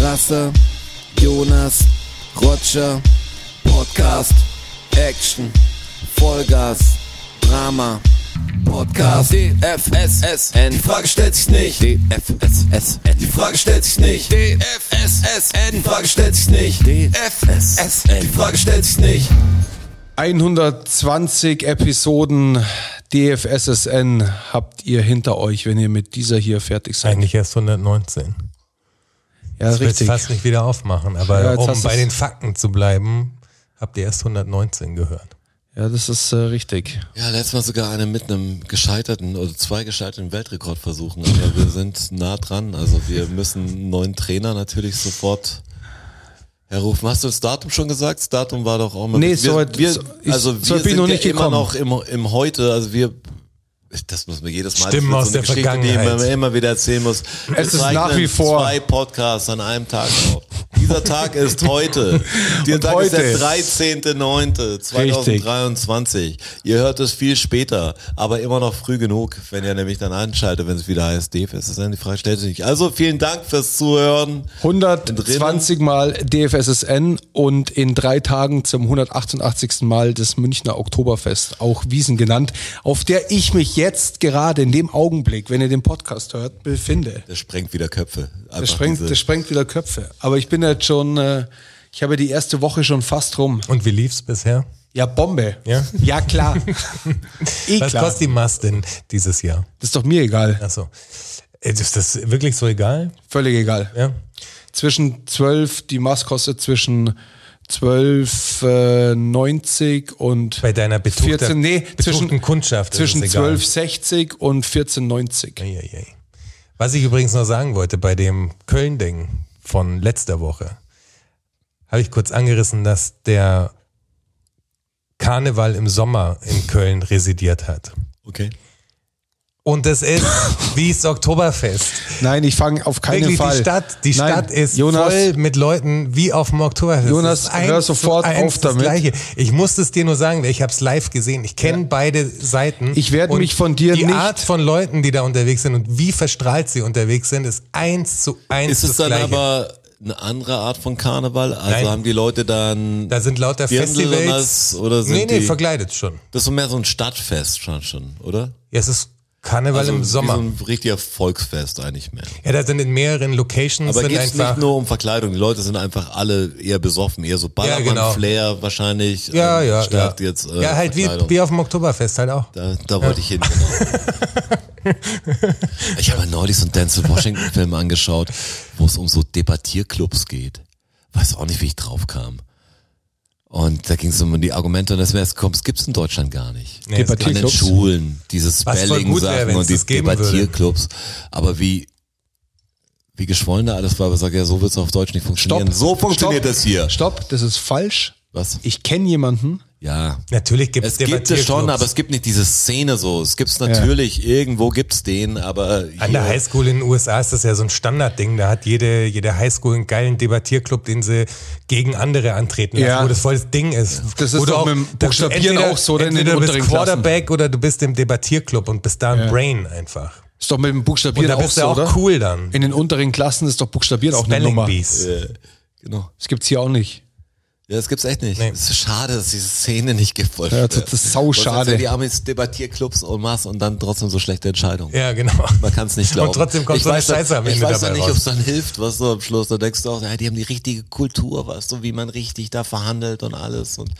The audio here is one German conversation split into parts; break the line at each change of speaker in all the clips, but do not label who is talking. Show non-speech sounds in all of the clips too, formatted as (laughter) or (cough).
Rasse, Jonas, Roger, Podcast, Action, Vollgas, Drama, Podcast, DFSSN, die Frage stellt sich nicht, DFSSN, die Frage stellt sich nicht, DFSSN, die Frage stellt sich nicht, DFSSN, die Frage stellt sich nicht.
120 Episoden DFSSN habt ihr hinter euch, wenn ihr mit dieser hier fertig seid.
Eigentlich erst 119.
ja,
Ich will es fast nicht wieder aufmachen, aber
Ja, jetzt
um
hast
bei
du's.
den Fakten zu bleiben, habt ihr erst 119 gehört.
Ja, das ist äh, richtig.
Ja, letztes Mal sogar eine mit einem gescheiterten oder zwei gescheiterten Weltrekordversuchen, aber wir sind nah dran. Also wir müssen einen neuen Trainer natürlich sofort herrufen. Hast du das Datum schon gesagt? Das Datum war doch auch mal.
Nee,
wir,
so weit-
wir,
so- ich-
also wir
so weit bin ich
sind
noch
ja
nicht
immer
gekommen.
noch im, im Heute. Also wir, das müssen wir jedes Mal.
Stimmen
das
aus
ist
der
eine Geschichte, Die
Vergangenheit.
man immer wieder erzählen muss. Wir
Es ist
zeichnen
nach wie vor-
zwei Podcasts an einem Tag auf. Dieser Tag
(laughs)
ist heute. Dieser
Und
Tag
heute.
ist der 13.09.2023. Ihr hört es viel später, aber immer noch früh genug, wenn ihr nämlich dann anschaltet, wenn es wieder heißt, Dave, ist das denn die Frage, stellt sich nicht. Also vielen Dank fürs Zuhören.
120 Mal DFSSN und in drei Tagen zum 188. Mal das Münchner Oktoberfest, auch Wiesen genannt, auf der ich mich jetzt gerade in dem Augenblick, wenn ihr den Podcast hört, befinde.
Das sprengt wieder Köpfe. Einfach
Das sprengt,
diese-
das sprengt wieder Köpfe. Aber ich bin jetzt schon, äh, ich habe die erste Woche schon fast rum.
Und wie lief's bisher?
Ja, Bombe.
Ja?
ja
(laughs)
klar. eh
Was
klar.
kostet die Maß denn dieses Jahr?
Das ist doch mir egal.
Achso. Äh, Ist das wirklich so egal?
Völlig egal.
Ja.
Zwischen 12, die Maß kostet zwischen 12,90 äh, 90 und
Bei deiner betuchter,
14, nee,
betuchten
zwischen,
Kundschaft
zwischen
ist es egal.
12,60 und 14,90.
Eieiei. Was ich übrigens noch sagen wollte, bei dem Köln-Ding von letzter Woche habe ich kurz angerissen, dass der Karneval im Sommer in Köln residiert hat.
Okay.
Und
(laughs)
es ist wie das Oktoberfest.
Nein, ich fange auf keinen
Wirklich,
Fall.
die Stadt, die
Nein,
Stadt ist
Jonas,
voll mit Leuten wie auf dem Oktoberfest.
Jonas,
Es ist
hör sofort
zu
auf
das
damit.
Gleiche. Ich musste es dir nur sagen, weil ich habe es live gesehen. Ich kenne beide Seiten.
Ich werd
Und
mich von dir
die
nicht-
Art von Leuten, die da unterwegs sind und wie verstrahlt sie unterwegs sind, ist eins zu eins
Ist
das
es dann
Gleiche.
aber eine andere Art von Karneval? Also
Nein.
haben die Leute dann
da sind lauter
Dirndl oder
Festivals.
was? Oder sind
nee, nee,
die-
verkleidet schon.
Das ist so mehr so ein Stadtfest schon, schon oder?
Ja, es ist Karneval im Sommer.
Also Wie so ein richtiger Volksfest eigentlich mehr.
ja, da sind in mehreren Locations
Aber
sind
geht es
einfach
nicht nur um Verkleidung. Die Leute sind einfach alle eher besoffen, eher so Ballermann,
genau.
Flair wahrscheinlich.
Ja,
ähm,
ja, ja.
statt Jetzt, äh,
ja, halt wie,
Verkleidung.
wie auf dem Oktoberfest halt auch.
Da, da wollte ich hin.
(laughs)
Genau. ich habe neulich so einen Denzel Washington-Film angeschaut, wo es um so Debattierclubs geht. Weiß auch nicht, wie ich drauf kam. Und da ging es um die Argumente und das wäre es, komm, es gibt's in Deutschland gar nicht.
Nee, es
Debatt-
An den
Debattierclubs?
Schulen, diese
voll gut wär,
Spelling-Sachen
wenn's
und die
das geben würde.
Debattierclubs. Aber wie, wie geschwollen da alles war, aber sag ja, so wird's auf Deutsch nicht funktionieren. So funktioniert
Stopp.
das hier.
Stopp, das ist falsch.
Was?
Ich kenne jemanden,
Ja.
Natürlich gibt's
Es gibt es schon,
Debattierclubs.
aber es gibt nicht diese Szene so. Es gibt's natürlich, irgendwo gibt's den, aber hier,
An der Highschool in den USA ist das ja so ein Standardding. Da hat jede, jede Highschool einen geilen Debattierclub, den sie gegen andere antreten lassen,
Ja.
wo das voll das Ding ist.
Das ist
Oder
doch mit dem
da-
Buchstabieren auch so, oder in den
entweder du bist
unteren Klassen.
Quarterback oder du bist im Debattierclub und bist da ein Brain einfach.
ist doch mit dem
Und
Buchstabieren
da
auch
bist
so,
du auch
oder?
cool dann.
In den unteren Klassen ist doch Buchstabieren auch eine
Spelling
Nummer.
Bees.
genau.
Das gibt's hier auch nicht.
Ja, das gibt's echt nicht.
Nee.
Es ist schade, dass diese Szene nicht gibt. Wolf.
Ja, das ist sau
Sonst
schade.
sind ja Die Amis Debattierclubs und Maß und dann trotzdem so schlechte Entscheidungen.
Ja, genau.
Man kann es nicht
(laughs)
glauben.
Und trotzdem kommt
ich
so eine
weiß dann-
Scheiße am
Ich
Ende
weiß
dabei
dann nicht, ob
raus.
es dann hilft, was du am Schluss. Da denkst du auch, ja, die haben die richtige Kultur, weißt du, wie man richtig da verhandelt und alles. Und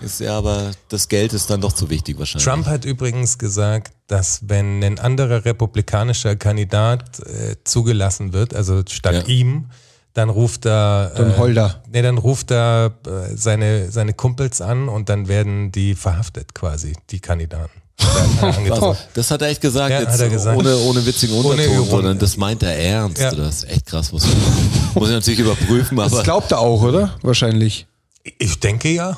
ist ja, aber das Geld ist dann doch zu wichtig wahrscheinlich.
Trump hat übrigens gesagt, dass wenn ein anderer republikanischer Kandidat äh, zugelassen wird, also statt
Ja.
ihm, dann ruft er. äh,
Dann heul da.
Nee, dann ruft er äh, seine, seine Kumpels an und dann werden die verhaftet quasi, die Kandidaten. Dann hat
(laughs)
er angezogen.
Das hat er echt gesagt,
Ja,
jetzt
hat er gesagt.
Ohne, ohne witzigen
Ohne
Unterton,
Ironie.
sondern das meint er ernst.
Ja.
Das ist echt krass, muss, (laughs) muss ich natürlich überprüfen,
Das
aber
glaubt er auch, oder? Wahrscheinlich.
ich denke ja.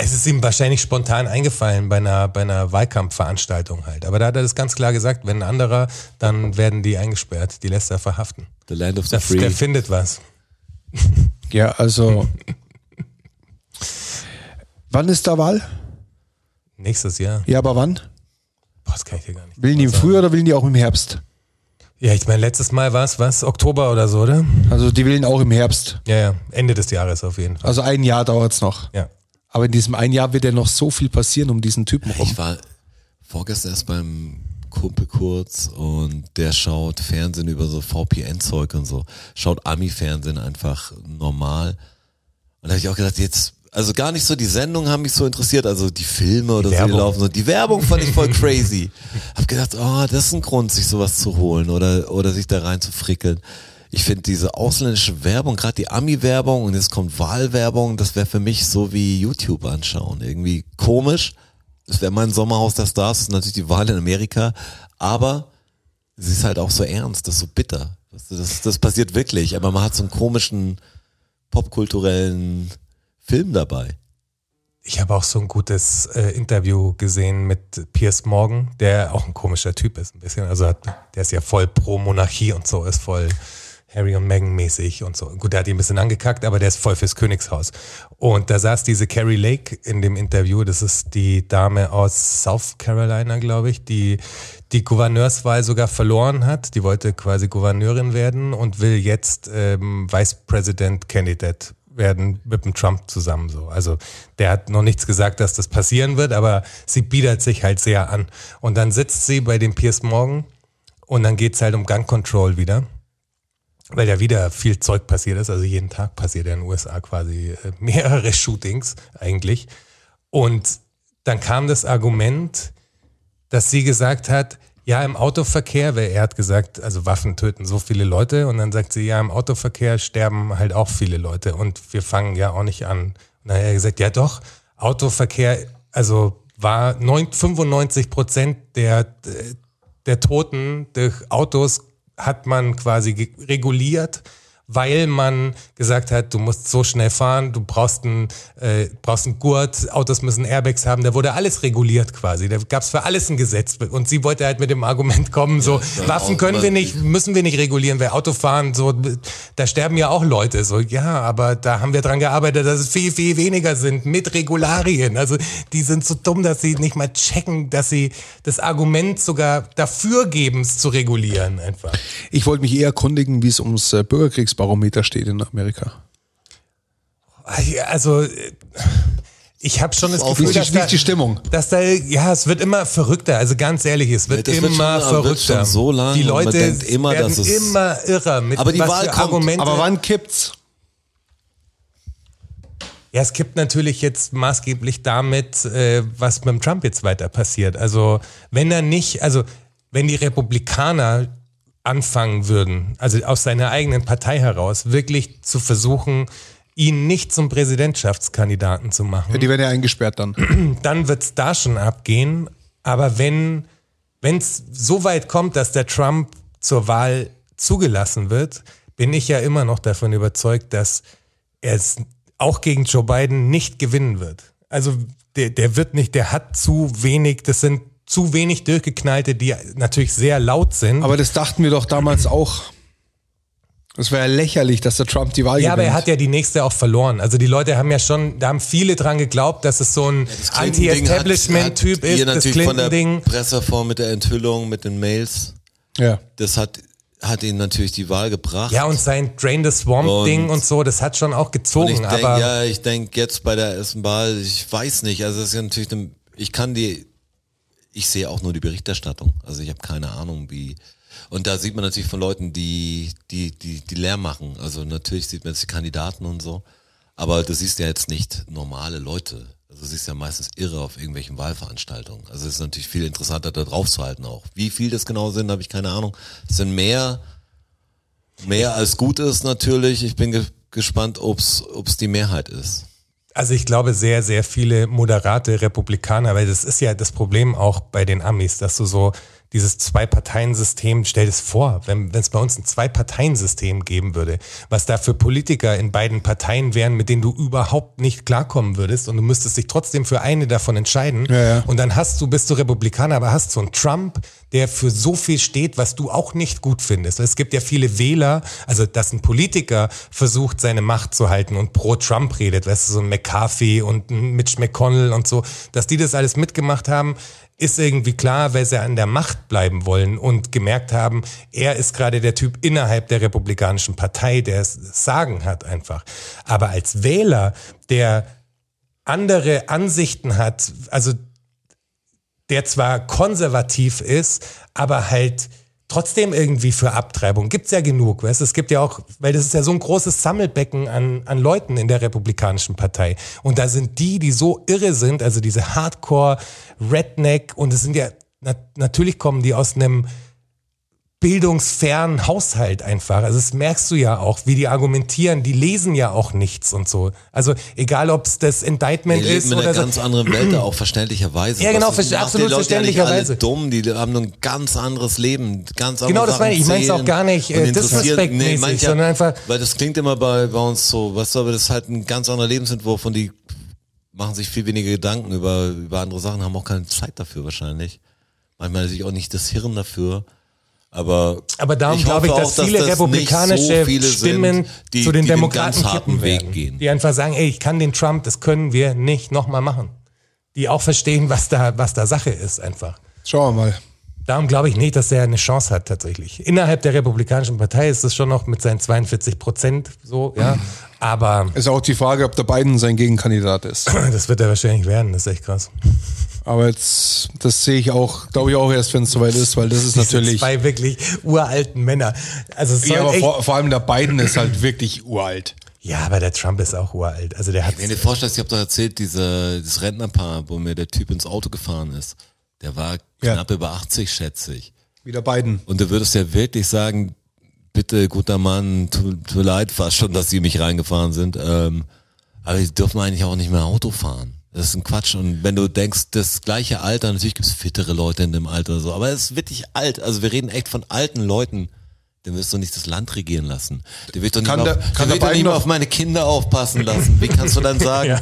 Es ist ihm wahrscheinlich spontan eingefallen bei einer, bei einer Wahlkampfveranstaltung halt. Aber da hat er das ganz klar gesagt, wenn ein anderer, dann werden die eingesperrt, die lässt er verhaften.
The Land of the
Der,
Free.
der findet was.
Ja, also. (laughs) wann ist da Wahl?
Nächstes Jahr.
Ja, aber wann?
Boah, das kann ich dir gar nicht.
Willen die im Frühjahr oder willen die auch im Herbst?
Ja, ich meine, letztes Mal war es was? Oktober oder so, oder?
Also die wählen auch im Herbst.
Ja, ja. Ende des Jahres auf jeden Fall.
Also ein Jahr dauert's noch.
Ja.
Aber in diesem ein Jahr wird ja noch so viel passieren um diesen Typen rum.
Ich war vorgestern erst beim Kumpel kurz und der schaut Fernsehen über so VPN-Zeug und so. Schaut Ami-Fernsehen einfach normal. Und da habe ich auch gedacht, jetzt, also gar nicht so die Sendungen haben mich so interessiert, also die Filme oder so, die
Werbung.
laufen so. Die Werbung fand ich voll crazy. (laughs) Hab gedacht, oh, das ist ein Grund, sich sowas zu holen oder, oder sich da rein zu frickeln. Ich finde diese ausländische Werbung, gerade die Ami-Werbung und jetzt kommt Wahlwerbung, das wäre für mich so wie YouTube anschauen. Irgendwie komisch, es wäre mein Sommerhaus der Stars, ist natürlich die Wahl in Amerika, aber sie ist halt auch so ernst, das ist so bitter. Weißt du, Das, das passiert wirklich, aber man hat so einen komischen popkulturellen Film dabei.
Ich habe auch so ein gutes äh, Interview gesehen mit Piers Morgan, der auch ein komischer Typ ist, ein bisschen. Also hat, der ist ja voll pro Monarchie und so, ist voll Harry und Meghan mäßig und so. Gut, der hat ihn ein bisschen angekackt, aber der ist voll fürs Königshaus. Und da saß diese Carrie Lake in dem Interview. Das ist die Dame aus South Carolina, glaube ich, die die Gouverneurswahl sogar verloren hat. Die wollte quasi Gouverneurin werden und will jetzt ähm, Vice President Candidate werden mit dem Trump zusammen so. Also der hat noch nichts gesagt, dass das passieren wird, aber sie biedert sich halt sehr an. Und dann sitzt sie bei dem Piers Morgan und dann geht's halt um Gun Control wieder, weil ja wieder viel Zeug passiert ist. Also jeden Tag passiert ja in den USA quasi äh, mehrere Shootings eigentlich. Und dann kam das Argument, dass sie gesagt hat, ja, im Autoverkehr, weil er hat gesagt, also Waffen töten so viele Leute und dann sagt sie, ja, im Autoverkehr sterben halt auch viele Leute und wir fangen ja auch nicht an. Und dann hat er gesagt, ja doch, Autoverkehr, also war neun- 95 Prozent der, der Toten durch Autos hat man quasi ge- reguliert, weil man gesagt hat, du musst so schnell fahren, du brauchst einen, äh, brauchst einen Gurt, Autos müssen Airbags haben, da wurde alles reguliert quasi, da gab es für alles ein Gesetz und sie wollte halt mit dem Argument kommen, so
dann
Waffen
auch
können wir
mal-
nicht, müssen wir nicht regulieren, weil Autofahren, so, da sterben ja auch Leute, so, ja, aber da haben wir dran gearbeitet, dass es viel, viel weniger sind mit Regularien. Also, die sind so dumm, dass sie nicht mal checken, dass sie das Argument sogar dafür geben, es zu regulieren, einfach.
Ich wollte mich eher erkundigen, wie es ums äh, Bürgerkriegsbarometer steht in Amerika.
Also, ich habe schon das
Wie
Gefühl,
ist,
dass
die, wie
da,
ist die Stimmung?
dass da, ja, es wird immer verrückter. Also ganz ehrlich, es wird
Das wird
immer
schon- aber wird
verrückter.
schon so lang
die
und man
Leute
denkt immer,
werden
dass es-
immer irrer mit
Aber die
was
Wahl
für
kommt.
Argumente.
Aber wann kippt's?
Ja, es kippt natürlich jetzt maßgeblich damit, äh, was mit dem Trump jetzt weiter passiert. Also wenn er nicht, also wenn die Republikaner anfangen würden, also aus seiner eigenen Partei heraus, wirklich zu versuchen, ihn nicht zum Präsidentschaftskandidaten zu machen
Ja, die werden ja eingesperrt dann.
dann wird's da schon abgehen. Aber wenn wenn's so weit kommt, dass der Trump zur Wahl zugelassen wird, bin ich ja immer noch davon überzeugt, dass er es auch gegen Joe Biden nicht gewinnen wird. Also der, der wird nicht, der hat zu wenig, das sind zu wenig Durchgeknallte, die natürlich sehr laut sind.
Aber das dachten wir doch damals auch. Es wäre ja lächerlich, dass der Trump die Wahl
ja, aber
gewinnt.
er hat ja die nächste auch verloren. Also die Leute haben ja schon, da haben viele dran geglaubt, dass es so ein Anti-Establishment-Typ ist,
Hier
das
natürlich von der
Clinton-Ding.
Presseform mit der Enthüllung, mit den Mails.
ja.
Das hat, hat ihnen natürlich die Wahl gebracht.
Ja, und sein Drain the
Und-
Swamp-Ding und so, das hat schon auch
Und
gezogen,
ich denk,
aber
ja, ich denke jetzt bei der ersten Wahl, ich weiß nicht, also es ist ja natürlich, eine, ich kann die, ich sehe auch nur die Berichterstattung, also ich habe keine Ahnung wie, und da sieht man natürlich von Leuten, die, die, die, die leer machen, also natürlich sieht man jetzt die Kandidaten und so, aber du siehst ja jetzt nicht normale Leute, also du siehst ja meistens irre auf irgendwelchen Wahlveranstaltungen, also es ist natürlich viel interessanter da drauf zu halten auch, wie viel das genau sind, habe ich keine Ahnung, es sind mehr mehr als gut ist natürlich. Ich bin ge gespannt, ob's ob's die Mehrheit ist.
also ich glaube sehr, sehr viele moderate Republikaner, weil das ist ja das Problem auch bei den Amis, dass du so dieses Zwei-Parteien-System, stell dir das vor, wenn es bei uns ein Zwei-Parteien-System geben würde, was da für Politiker in beiden Parteien wären, mit denen du überhaupt nicht klarkommen würdest und du müsstest dich trotzdem für eine davon entscheiden
Ja, ja.
und dann hast du, bist du Republikaner, aber hast so einen Trump, der für so viel steht, was du auch nicht gut findest. Es gibt ja viele Wähler, also dass ein Politiker versucht, seine Macht zu halten und pro Trump redet, weißt du, so ein McCarthy und ein Mitch McConnell und so, dass die das alles mitgemacht haben, ist irgendwie klar, weil sie an der Macht bleiben wollen und gemerkt haben, er ist gerade der Typ innerhalb der Republikanischen Partei, der es Sagen hat einfach. Aber als Wähler, der andere Ansichten hat, also der zwar konservativ ist, aber halt trotzdem irgendwie für Abtreibung. Gibt's ja genug, weißt du? Es gibt ja auch, weil das ist ja so ein großes Sammelbecken an, an Leuten in der Republikanischen Partei. Und da sind die, die so irre sind, also diese Hardcore, Redneck, und es sind ja, na, natürlich kommen die aus einem bildungsfernen Haushalt einfach. Also das merkst du ja auch, wie die argumentieren, die lesen ja auch nichts und so. Also egal, ob es das Indictment
Wir leben
ist
in einer
oder so.
ganz anderen
(clears throat)
Welt, auch verständlicherweise.
Ja, genau,
Das
verste-
macht
absolut
die Leute ja nicht alle
verständlicherweise.
dumm, die haben ein ganz anderes Leben, ganz andere
Genau, das
Sachen
meine ich. Ich meine es
zählen
auch gar nicht, äh,
und interessieren-
disrespektmäßig,
manche-
sondern einfach-
Weil das klingt immer bei, bei uns so, weißt du, aber das ist halt ein ganz anderer Lebensentwurf und die machen sich viel weniger Gedanken über, über andere Sachen, haben auch keine Zeit dafür wahrscheinlich. Manchmal natürlich auch nicht das Hirn dafür. Aber,
Aber darum
ich
glaube ich,
hoffe
dass
auch,
viele
das nicht
republikanische
so viele
Stimmen
sind, die,
zu den
die
Demokraten
den ganz harten
kippen
Weg
werden,
gehen.
Die einfach sagen, ey, ich kann den Trump, das können wir nicht nochmal machen. Die auch verstehen, was da, was da Sache ist einfach.
Schauen wir mal.
Darum glaube ich nicht, dass er eine Chance hat tatsächlich. Innerhalb der Republikanischen Partei ist es schon noch mit seinen 42 Prozent so, ja. Aber (clears throat)
Ist auch die Frage, ob der Biden sein Gegenkandidat ist.
das wird er wahrscheinlich werden, das ist echt krass.
Aber jetzt, das sehe ich auch, glaube ich auch erst, wenn es soweit ist, weil das ist natürlich.
Zwei wirklich uralten Männer. Also es soll
Ja, aber
echt,
vor, vor allem der Biden ist halt wirklich uralt.
ja, aber der Trump ist auch uralt. Also der hat
Wenn du dir vorstellst, ich habe doch erzählt, diese, das Rentnerpaar, wo mir der Typ ins Auto gefahren ist, der war
Ja.
knapp über 80, schätze ich.
Wie der Biden.
Und du würdest ja wirklich sagen, bitte, guter Mann, tut tu leid fast schon, dass sie mich reingefahren sind. Ähm, aber die dürfen eigentlich auch nicht mehr Auto fahren. Das ist ein Quatsch. Und wenn du denkst, das gleiche Alter, natürlich gibt's fittere Leute in dem Alter so, aber es ist wirklich alt. Also wir reden echt von alten Leuten. Den wirst du nicht das Land regieren lassen. Der wird doch nicht,
Kann
mal,
der-
auf, der
kann der
wird doch
Biden
nicht mal
noch-
auf meine Kinder aufpassen lassen. Wie kannst
(laughs)
du dann sagen,
Ja.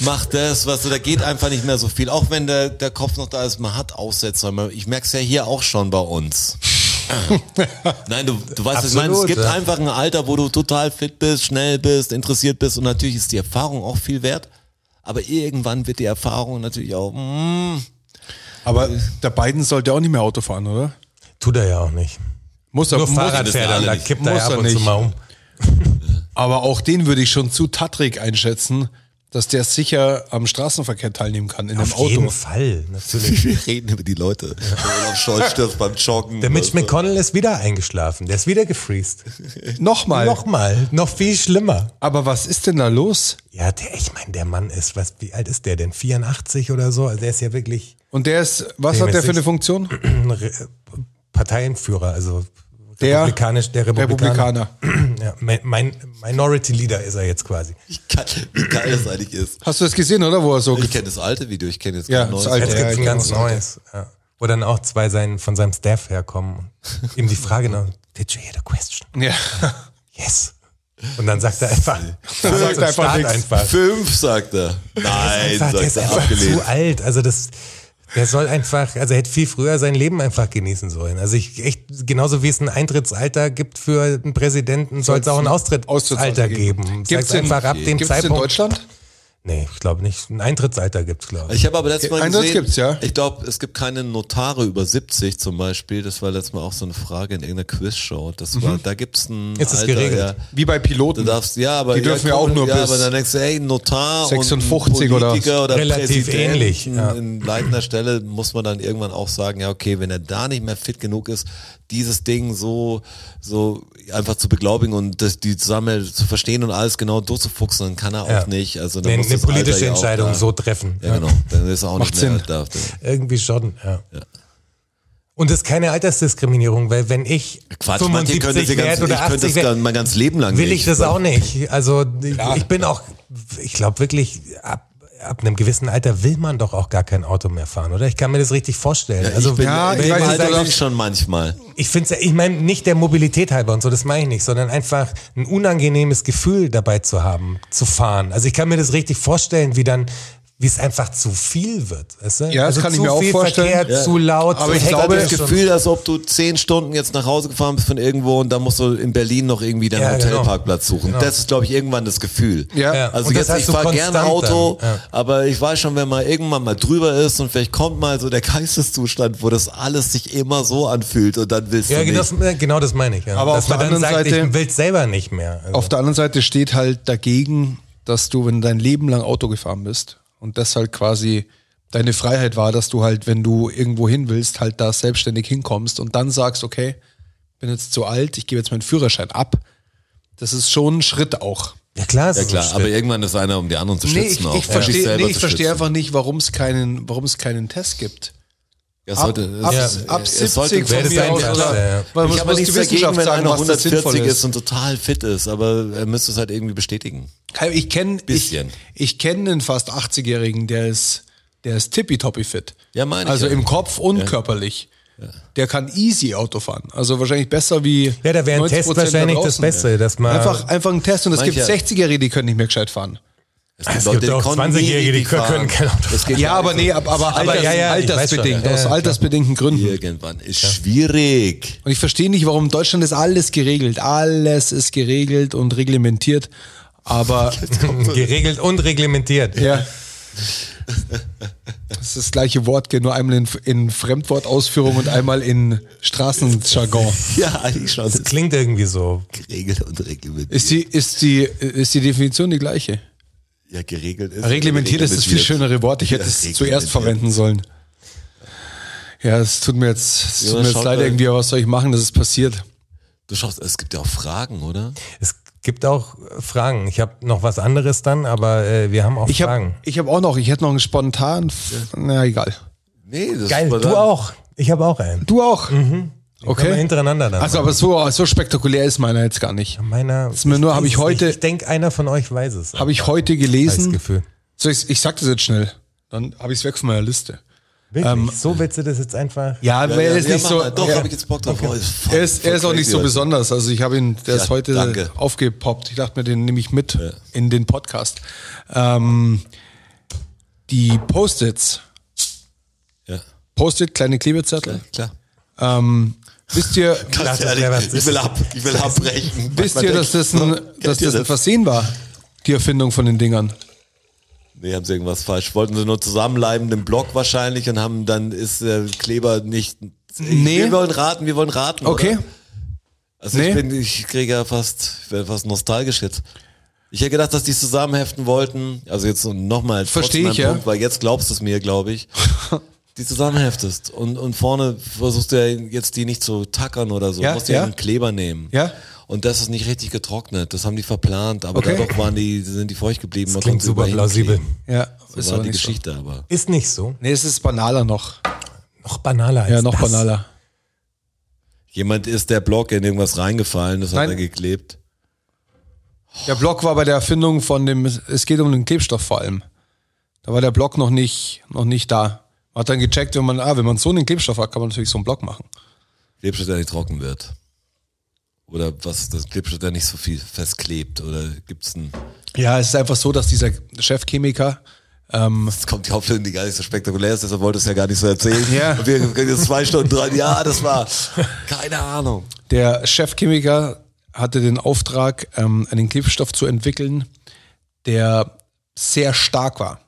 mach das, was du, da geht einfach nicht mehr so viel. Auch wenn der, der Kopf noch da ist, man hat Aussetzer. Man- Ich merk's ja hier auch schon bei uns. Nein, du, du weißt, was ich meine, es
Absolut,
gibt
ja.
einfach ein Alter, wo du total fit bist, schnell bist, interessiert bist und natürlich ist die Erfahrung auch viel wert. Aber irgendwann wird die Erfahrung natürlich auch. Mm,
Aber der Biden sollte auch nicht mehr Auto fahren, oder?
tut er ja auch nicht.
Muss er,
Nur
muss,
Fahrrad
wissen
fährt er,
alle
da
nicht.
kippt er
Muss
ja ab
er
und zu
nicht.
mal um.
aber auch den würde ich schon zu tattrig einschätzen, dass der sicher am Straßenverkehr teilnehmen kann in einem
Auf jeden
Auto.
Fall, natürlich.
wir reden über die Leute. Olaf Scholz stirbt beim Joggen.
Der Mitch
(laughs)
weißt du.
McConnell ist wieder eingeschlafen, der ist wieder gefriest.
Nochmal.
Nochmal, noch viel schlimmer.
Aber was ist denn da los?
Ja, der, ich meine, der Mann ist, was, wie alt ist der denn? 84 oder so? Also der ist ja wirklich
Und der ist, was
Dem
hat
ist
der für
nichts.
eine Funktion?
ein Re Parteienführer, also
Der
republikanisch, der Republikaner.
Republikaner.
Ja, mein, mein Minority Leader ist er jetzt quasi.
Wie geil- Wie geil das eigentlich ist.
Hast du das gesehen, oder? Wo er so.
Ich kenne das alte Video, ich kenne jetzt
Ja,
kein neues.
das alte.
Jetzt
Ja,
gibt's
ich
ein ganz
glaub, das
neues. Ja. Wo dann auch zwei sein, von seinem Staff herkommen. und Ihm die Frage noch, did you hear the question?
(laughs) Ja.
Yes. Und dann sagt er einfach, (laughs)
Sagt
sagt
einfach
einfach,
nix.
einfach.
Fünf, sagt er. Nein,
einfach, der
sagt
ist
er,
einfach
abgelehnt.
zu alt. Also das, der soll einfach, also er hätte viel früher sein Leben einfach genießen sollen. Also ich echt, genauso wie es ein Eintrittsalter gibt für einen Präsidenten, soll es auch ein Austrittsalter
Austrittsalter
geben.
geben.
Sag's
Gibt's in-
einfach ab dem
Gibt es in
Zeitpunkt.
Deutschland?
Nee, ich glaube nicht. Ein Eintrittsalter gibt's, glaube ich.
Ich habe aber letztes Mal
Einen
gesehen,
Satz gibt's, ja.
ich glaube, es gibt keine Notare über 70 zum Beispiel. Das war letztes Mal auch so eine Frage in irgendeiner Quizshow. Das war, da gibt's ein
Ist es
Alter,
geregelt?
Ja.
Wie bei
Du
Piloten.
darfst, ja, aber
Die dürfen ja auch nur
ja,
bis
aber dann denkst du, ey, ein Notar
56
und ein
oder-
Politiker oder,
Relativ
Präsident
ähnlich, ja.
in leitender Stelle muss man dann irgendwann auch sagen, ja, okay, wenn er da nicht mehr fit genug ist, dieses Ding so so einfach zu beglaubigen und das, die Sammel zu verstehen und alles genau durchzufuchsen, dann kann er auch
Ja.
nicht. Also dann
Nee,
muss
eine
das Alter
politische
ja auch
Entscheidung
da-
so treffen.
Ja, genau. Dann ist er auch
Macht
nicht mehr
Sinn.
da.
Irgendwie schon, ja. Und das ist keine Altersdiskriminierung, weil wenn ich
Quatsch, manche können das
75
ihr ganz,
werde
ich
oder
könnte
80
das gar-
werde,
mein ganzes Leben lang
will
nicht.
ich das auch nicht. Also ich- ich bin auch, ich glaube wirklich, ab, ab einem gewissen Alter will man doch auch gar kein Auto mehr fahren, oder? Ich kann mir das richtig vorstellen. also
ich bin,
Ja,
ja,
ich
ich
weiß halt
nicht,
weiß
oder-
nicht, schon manchmal.
ich finde ich meine nicht der Mobilität halber und so, das meine ich nicht, sondern einfach ein unangenehmes Gefühl dabei zu haben, zu fahren. Also ich kann mir das richtig vorstellen, wie dann, wie wie es einfach zu viel wird. Weißt du? Also
Ja, das kann ich
zu
mir auch
viel
vorstellen.
Verkehr,
Ja.
zu laut,
Aber
zu
ich
hektisch
glaube,
das
ist
und-
Gefühl, als ob du zehn Stunden jetzt nach Hause gefahren bist von irgendwo und dann musst du in Berlin noch irgendwie deinen
Ja, genau.
Hotelparkplatz suchen.
Genau.
Das ist, glaube ich, irgendwann das Gefühl.
Ja. Ja.
Also
Und das
jetzt,
hast
ich
du
fahre
konstant
gerne Auto,
dann. Ja.
aber ich weiß schon, wenn man irgendwann mal drüber ist und vielleicht kommt mal so der Geisteszustand, wo das alles sich immer so anfühlt und dann willst
Ja,
du nicht.
genau das, äh, genau das meine ich. Ja.
Aber
Dass
auf der
man dann
anderen
sagt,
Seite-
ich will selber nicht mehr. Also,
Auf der anderen Seite steht halt dagegen, dass du, wenn du dein Leben lang Auto gefahren bist und das halt quasi deine Freiheit war, dass du halt, wenn du irgendwo hin willst, halt da selbstständig hinkommst und dann sagst, okay, bin jetzt zu alt, ich gebe jetzt meinen Führerschein ab. Das ist schon ein Schritt auch.
ja klar, es
ja
ist so
klar,
schlimm.
aber irgendwann ist einer, um die anderen zu
Nee,
schützen.
ich,
auch,
ich
um sich
verstehe
selber
nee, ich
zu
verstehe
schützen.
einfach nicht, warum es keinen, warum es keinen Test gibt.
Ja,
Ab,
sollte-
ab,
es-
ab
es
70
sollte-
von
wäre das
mir
ein
aus,
Test,
oder?
ja, ja.
Weil
Ich
muss-
habe
muss
nichts
die Wissenschaft
dagegen, wenn
sagen,
einer
was das sinnvoll
140 ist. und total fit ist, aber er müsste es halt irgendwie bestätigen.
Kein- Ich kenne ich,
Bisschen.
ich kenn einen fast 80-Jährigen, der ist, der ist tippitoppi fit.
Ja, meine ich
Also
ja.
im Kopf und körperlich. Der kann easy Auto fahren. Also wahrscheinlich besser wie.
Ja, da wäre ein
90%
Test wahrscheinlich
da
das
draußen.
Beste, dass man
Einfach, einfach ein Test und es gibt
Manche-
60-Jährige, die können nicht mehr gescheit fahren.
Es gibt auch 20-Jährige, die können kein Auto
Das geht
Ja, aber nee, ab- aber,
Aber
alters,
ja, ja, ich weiß
altersbedingt,
schon, ja,
aus
ja, klar.
altersbedingten Gründen.
Irgendwann ist schwierig. (laughs)
Und ich verstehe nicht, warum in Deutschland ist alles geregelt. Alles ist geregelt und reglementiert.
(laughs)
Aber
(laughs) geregelt und reglementiert.
Ja. Das ist das gleiche Wort, gell, nur einmal in, in Fremdwortausführung und einmal in Straßenjargon.
Ja, eigentlich schon. Es
Das
ist
klingt irgendwie so.
geregelt und reglementiert.
Ist die, ist, die, ist die Definition die gleiche?
ja, geregelt ist.
Reglementiert ist das viel schönere Wort. Ich hätte
Ja,
es zuerst
reglementiert.
verwenden sollen. Ja, es tut mir jetzt, es tut
Jonas,
mir jetzt
schaut
leid
mal.
irgendwie, aber was soll ich machen, dass es passiert?
Du schaust, es gibt ja auch Fragen, oder?
Es gibt auch äh, Fragen. Ich habe noch was anderes dann, aber äh, wir haben auch
Ich habe
Fragen.
ich hab auch noch, ich hätte noch einen spontanen, na egal.
Nee, das
Geil,
war
du
dann-
auch. Ich habe auch einen.
Du auch?
Können wir
Mhm. Okay.
hintereinander dann.
Also
machen.
aber so, so spektakulär ist meiner jetzt gar nicht.
meiner. Ist
mir nur- hab ich heute-
Ich denke, einer von euch weiß es.
Habe ich heute
das
gelesen.
Gefühl.
So, ich, ich sag das jetzt schnell. Dann habe ich es weg von meiner Liste.
Wirklich? so willst du das jetzt einfach.
Ähm, Ja, weil er ist
ja,
nicht
mach
so.
mal. Doch,
er,
habe ich jetzt Bock drauf. Oh, voll-
er ist, er ist
voll
auch nicht
crazy
so
heute.
besonders. Also ich habe ihn, der
Ja,
ist heute
danke.
aufgepoppt. Ich dachte mir, den nehme ich mit in den Podcast. Ähm, die Post-its.
Ja,
Post-it, kleine Klebezettel.
klar.
Ähm, wisst
(laughs)
ihr,
Ganz
das
ehrlich,
wäre was-
ich will ab, ich will abbrechen.
wisst
Man
ihr, dass
denkt,
das ein, dass
ihr
das ein
das?
Versehen war? Die Erfindung von den Dingern.
Nee, haben sie irgendwas falsch. Wollten sie nur zusammenleiben, den Block wahrscheinlich und haben dann ist äh, Kleber nicht. Ich-
Nee.
Wir wollen raten, wir wollen raten.
Okay.
(laughs) Oder? Also
Nee.
ich bin, ich kriege ja fast, ich werde fast nostalgisch jetzt. Ich hätte gedacht, dass die es zusammenheften wollten. Also jetzt nochmal.
Versteh ich, ja.
Weil jetzt glaubst du es mir,
(laughs)
glaube ich. Die zusammenheftest. Und, und vorne versuchst du ja jetzt die nicht zu tackern oder so.
Ja,
du musst ja
ja.
einen Kleber nehmen.
Ja.
Und das ist nicht richtig getrocknet. Das haben die verplant. Aber
Okay.
dadurch waren die, sind die feucht geblieben. Man
Klingt
konnte
super
überall
plausibel.
hinkleben.
Ja,
Das war halt die Geschichte, aber.
Ist nicht so.
Nee, es ist banaler noch.
Noch banaler als
Ja, noch
das.
banaler.
Jemand ist der Block in irgendwas reingefallen, das
Nein.
hat er geklebt.
Der Block war bei der Erfindung von dem, es geht um den Klebstoff vor allem. Da war der Block noch nicht, noch nicht da. Man hat dann gecheckt, wenn man, ah, wenn man so einen Klebstoff hat, kann man natürlich so einen Block machen.
Klebstoff, der nicht trocken wird. Oder was, das Klebstoff, der nicht so viel festklebt. Oder gibt's ein.
Ja, es ist einfach so, dass dieser Chefchemiker,
Es kommt die Hauptsache die gar nicht so spektakulär ist, deshalb wollte ich es ja gar nicht so erzählen.
Ja.
Und wir können jetzt zwei Stunden dran. Ja, das war. Keine Ahnung.
der Chefchemiker hatte den Auftrag, ähm, einen Klebstoff zu entwickeln, der sehr stark war.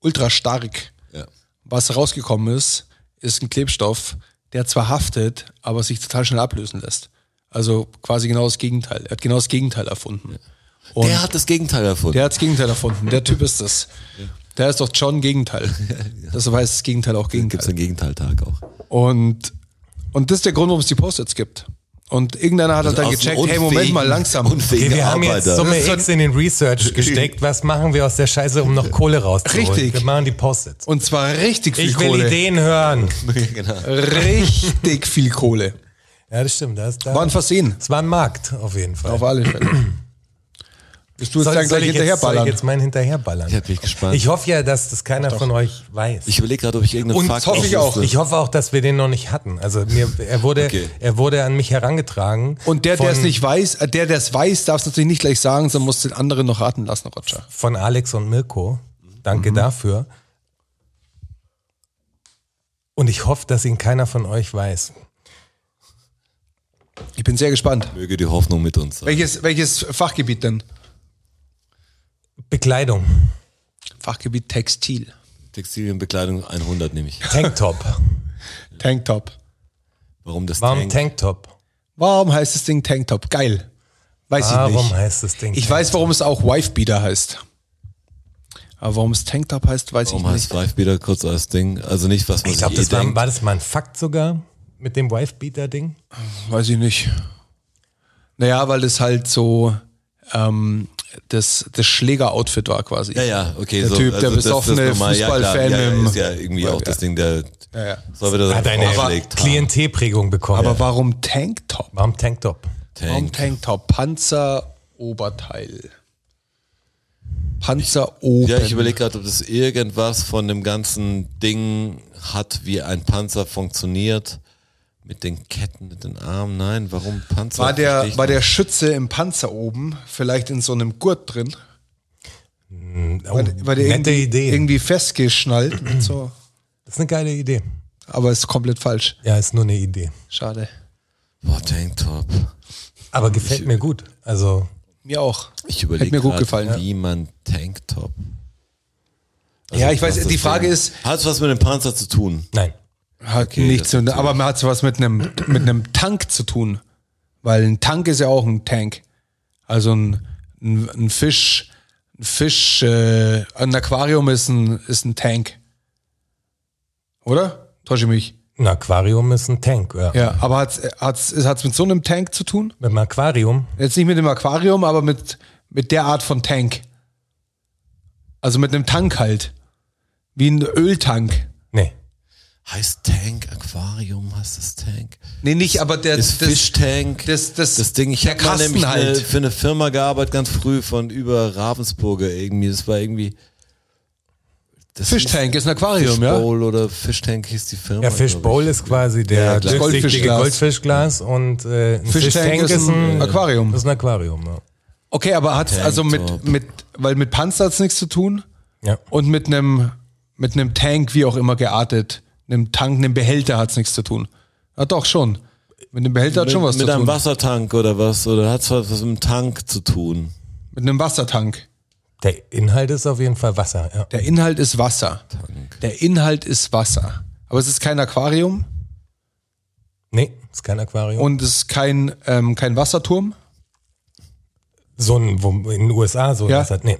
Ultra stark.
Ja.
Was rausgekommen ist, ist ein Klebstoff, der zwar haftet, aber sich total schnell ablösen lässt. Also quasi genau das Gegenteil. Er hat genau das Gegenteil erfunden. Und-
Der hat das Gegenteil erfunden.
Der hat das Gegenteil erfunden. Der Typ ist das. Der ist doch John
(laughs)
Gegenteil.
genau.
Das weiß das Gegenteil auch
Gibt es
Gegenteil.
einen Gegenteiltag auch.
Und, und das ist der Grund, warum es die Post-its gibt. Und irgendeiner hat halt dann
Aus
gecheckt,
einem
hey, Moment
Also unfähigen-
mal, langsam.
Unfähigen
Okay, wir haben jetzt
Arbeiter.
Summe
Das ist so
X in den Research gesteckt. Was machen wir aus der Scheiße, um noch Kohle rauszuholen?
Richtig.
Wir machen die Post-its.
Und zwar richtig viel
Ich will
Kohle.
Ideen
(laughs)
hören.
genau.
Richtig viel Kohle.
Ja, das stimmt. Das, da,
War ein Versehen.
es war ein Markt, auf jeden Fall.
Auf alle Fälle. Bist du jetzt
soll,
dann
soll,
gleich
ich jetzt, soll ich
hinterherballern?
jetzt meinen hinterherballern?
Ich hab mich gespannt.
Ich hoffe ja, dass das keiner von euch weiß.
Ich überlege gerade, ob ich irgendeinen
Und
Fakt
hoffe ich auch.
Ich hoffe auch, dass wir den noch nicht hatten. Also mir, er, wurde,
Okay.
er wurde an mich herangetragen.
Und der,
von,
der es nicht weiß, äh, der, der es weiß, darf es natürlich nicht gleich sagen, sondern muss den anderen noch raten lassen, Roger.
Von Alex und Mirko. Danke
Mhm.
dafür. Und ich hoffe, dass ihn keiner von euch weiß.
Ich bin sehr gespannt.
Möge die Hoffnung mit uns sein.
Welches, welches Fachgebiet denn?
Bekleidung,
Fachgebiet Textil.
Textilienbekleidung 100 nehme ich.
Tanktop.
Tanktop.
Warum das
Warum
Tank?
Tanktop?
Warum heißt das Ding Tanktop? Geil. Weiß ich
Ah, Warum
nicht.
heißt das Ding?
Ich weiß, warum es auch Wifebeater heißt. Aber warum es Tanktop heißt, weiß
Warum
ich
heißt Five Beater kurz als Ding? Also nicht, was man
Ich glaube,
sich
das
eh
war,
denkt.
war das mal ein Fakt sogar mit dem Wifebeater-Ding.
nicht. Weiß ich nicht. Naja, weil das halt so ähm, das, das Schlägeroutfit war quasi.
Ja, ja, okay.
Der
so, also
Typ, der besoffene
normal.
Fußballfan
Ja, klar, ja,
im-
ist ja irgendwie auch das Ding, der
Ja, ja.
soll wieder
Hat
seine
eine
Frau schlägt.
Klientelprägung bekommen.
Aber warum Tanktop?
Warum Tanktop?
Warum
Tank.
Tanktop? Panzer, Oberteil. Panzer, oben.
Ja, ich überlege gerade, ob das irgendwas von dem ganzen Ding hat, wie ein Panzer funktioniert. Mit den Ketten, mit den Armen. Nein, warum Panzer?
war,
Versteh
der,
ich
war
nicht.
der Schütze im Panzer oben, vielleicht in so einem Gurt drin?
Oh,
War, der- war der
nette
irgendwie,
Idee.
irgendwie festgeschnallt mit so.
Das ist eine geile Idee.
Aber ist komplett falsch.
Ja, ist nur eine Idee.
Schade.
Boah, Tanktop.
Aber gefällt mir gut. Also,
Mir auch.
Ich überlege
mir gut gefallen, ja.
wie man Tanktop. Also
ja, ich weiß,
was das
die Frage
Ding-
ist,
Hat's was mit dem Panzer zu tun?
nein.
hat
Okay,
nichts,
das
mit, aber man hat was mit einem, mit einem Tank zu tun. Weil ein Tank ist ja auch ein Tank. Also ein, ein, ein Fisch, ein Fisch, äh, ein Aquarium ist ein, ist ein Tank. Oder? Täusche ich mich.
Ein Aquarium ist ein Tank. Ja.
Ja, aber hat's, hat's, hat's mit so einem Tank zu tun?
Mit dem Aquarium,
Jetzt nicht mit dem Aquarium, aber mit, mit der Art von Tank. Also mit einem Tank halt. Wie ein Öltank.
nee.
Heißt Tank, Aquarium heißt das Tank.
Nee, nicht, aber der
Ist
das-
Fischtank.
das- das-
das Ding. Ich
der
habe mal
Kasten
nämlich eine,
halt.
für eine Firma gearbeitet, ganz früh von über Ravensburger irgendwie. Das war irgendwie. Das
Fischtank ist ein Aquarium, ja.
Fishbowl oder Fischtank hieß die Firma.
Ja,
glaub ich.
Fishbowl ist quasi der
Ja, klar.
durchsichtige
Goldfischglas.
Goldfischglas und äh, ein
Fischtank
Fischtank
ist ein Aquarium.
Ist ein Aquarium, ja.
Okay, aber hat also mit,
Tanktop.
mit, weil mit Panzer hat's nichts zu tun
ja.
und mit einem, mit einem Tank, wie auch immer geartet, einem Tank, einem Behälter hat's nichts zu tun. Ja, doch, schon. Mit einem Behälter hat
Mit,
schon was
mit
zu
einem
tun.
Wassertank oder was? Oder hat's was mit einem Tank zu tun?
mit einem Wassertank.
Der Inhalt ist auf jeden Fall Wasser. Ja.
Der Inhalt ist Wasser. Der Inhalt ist Wasser. Aber es ist kein Aquarium
Nee, ist kein Aquarium.
und es ist kein, ähm, kein Wasserturm.
so ein, wo in den USA so
Ja.
das hat. Nee.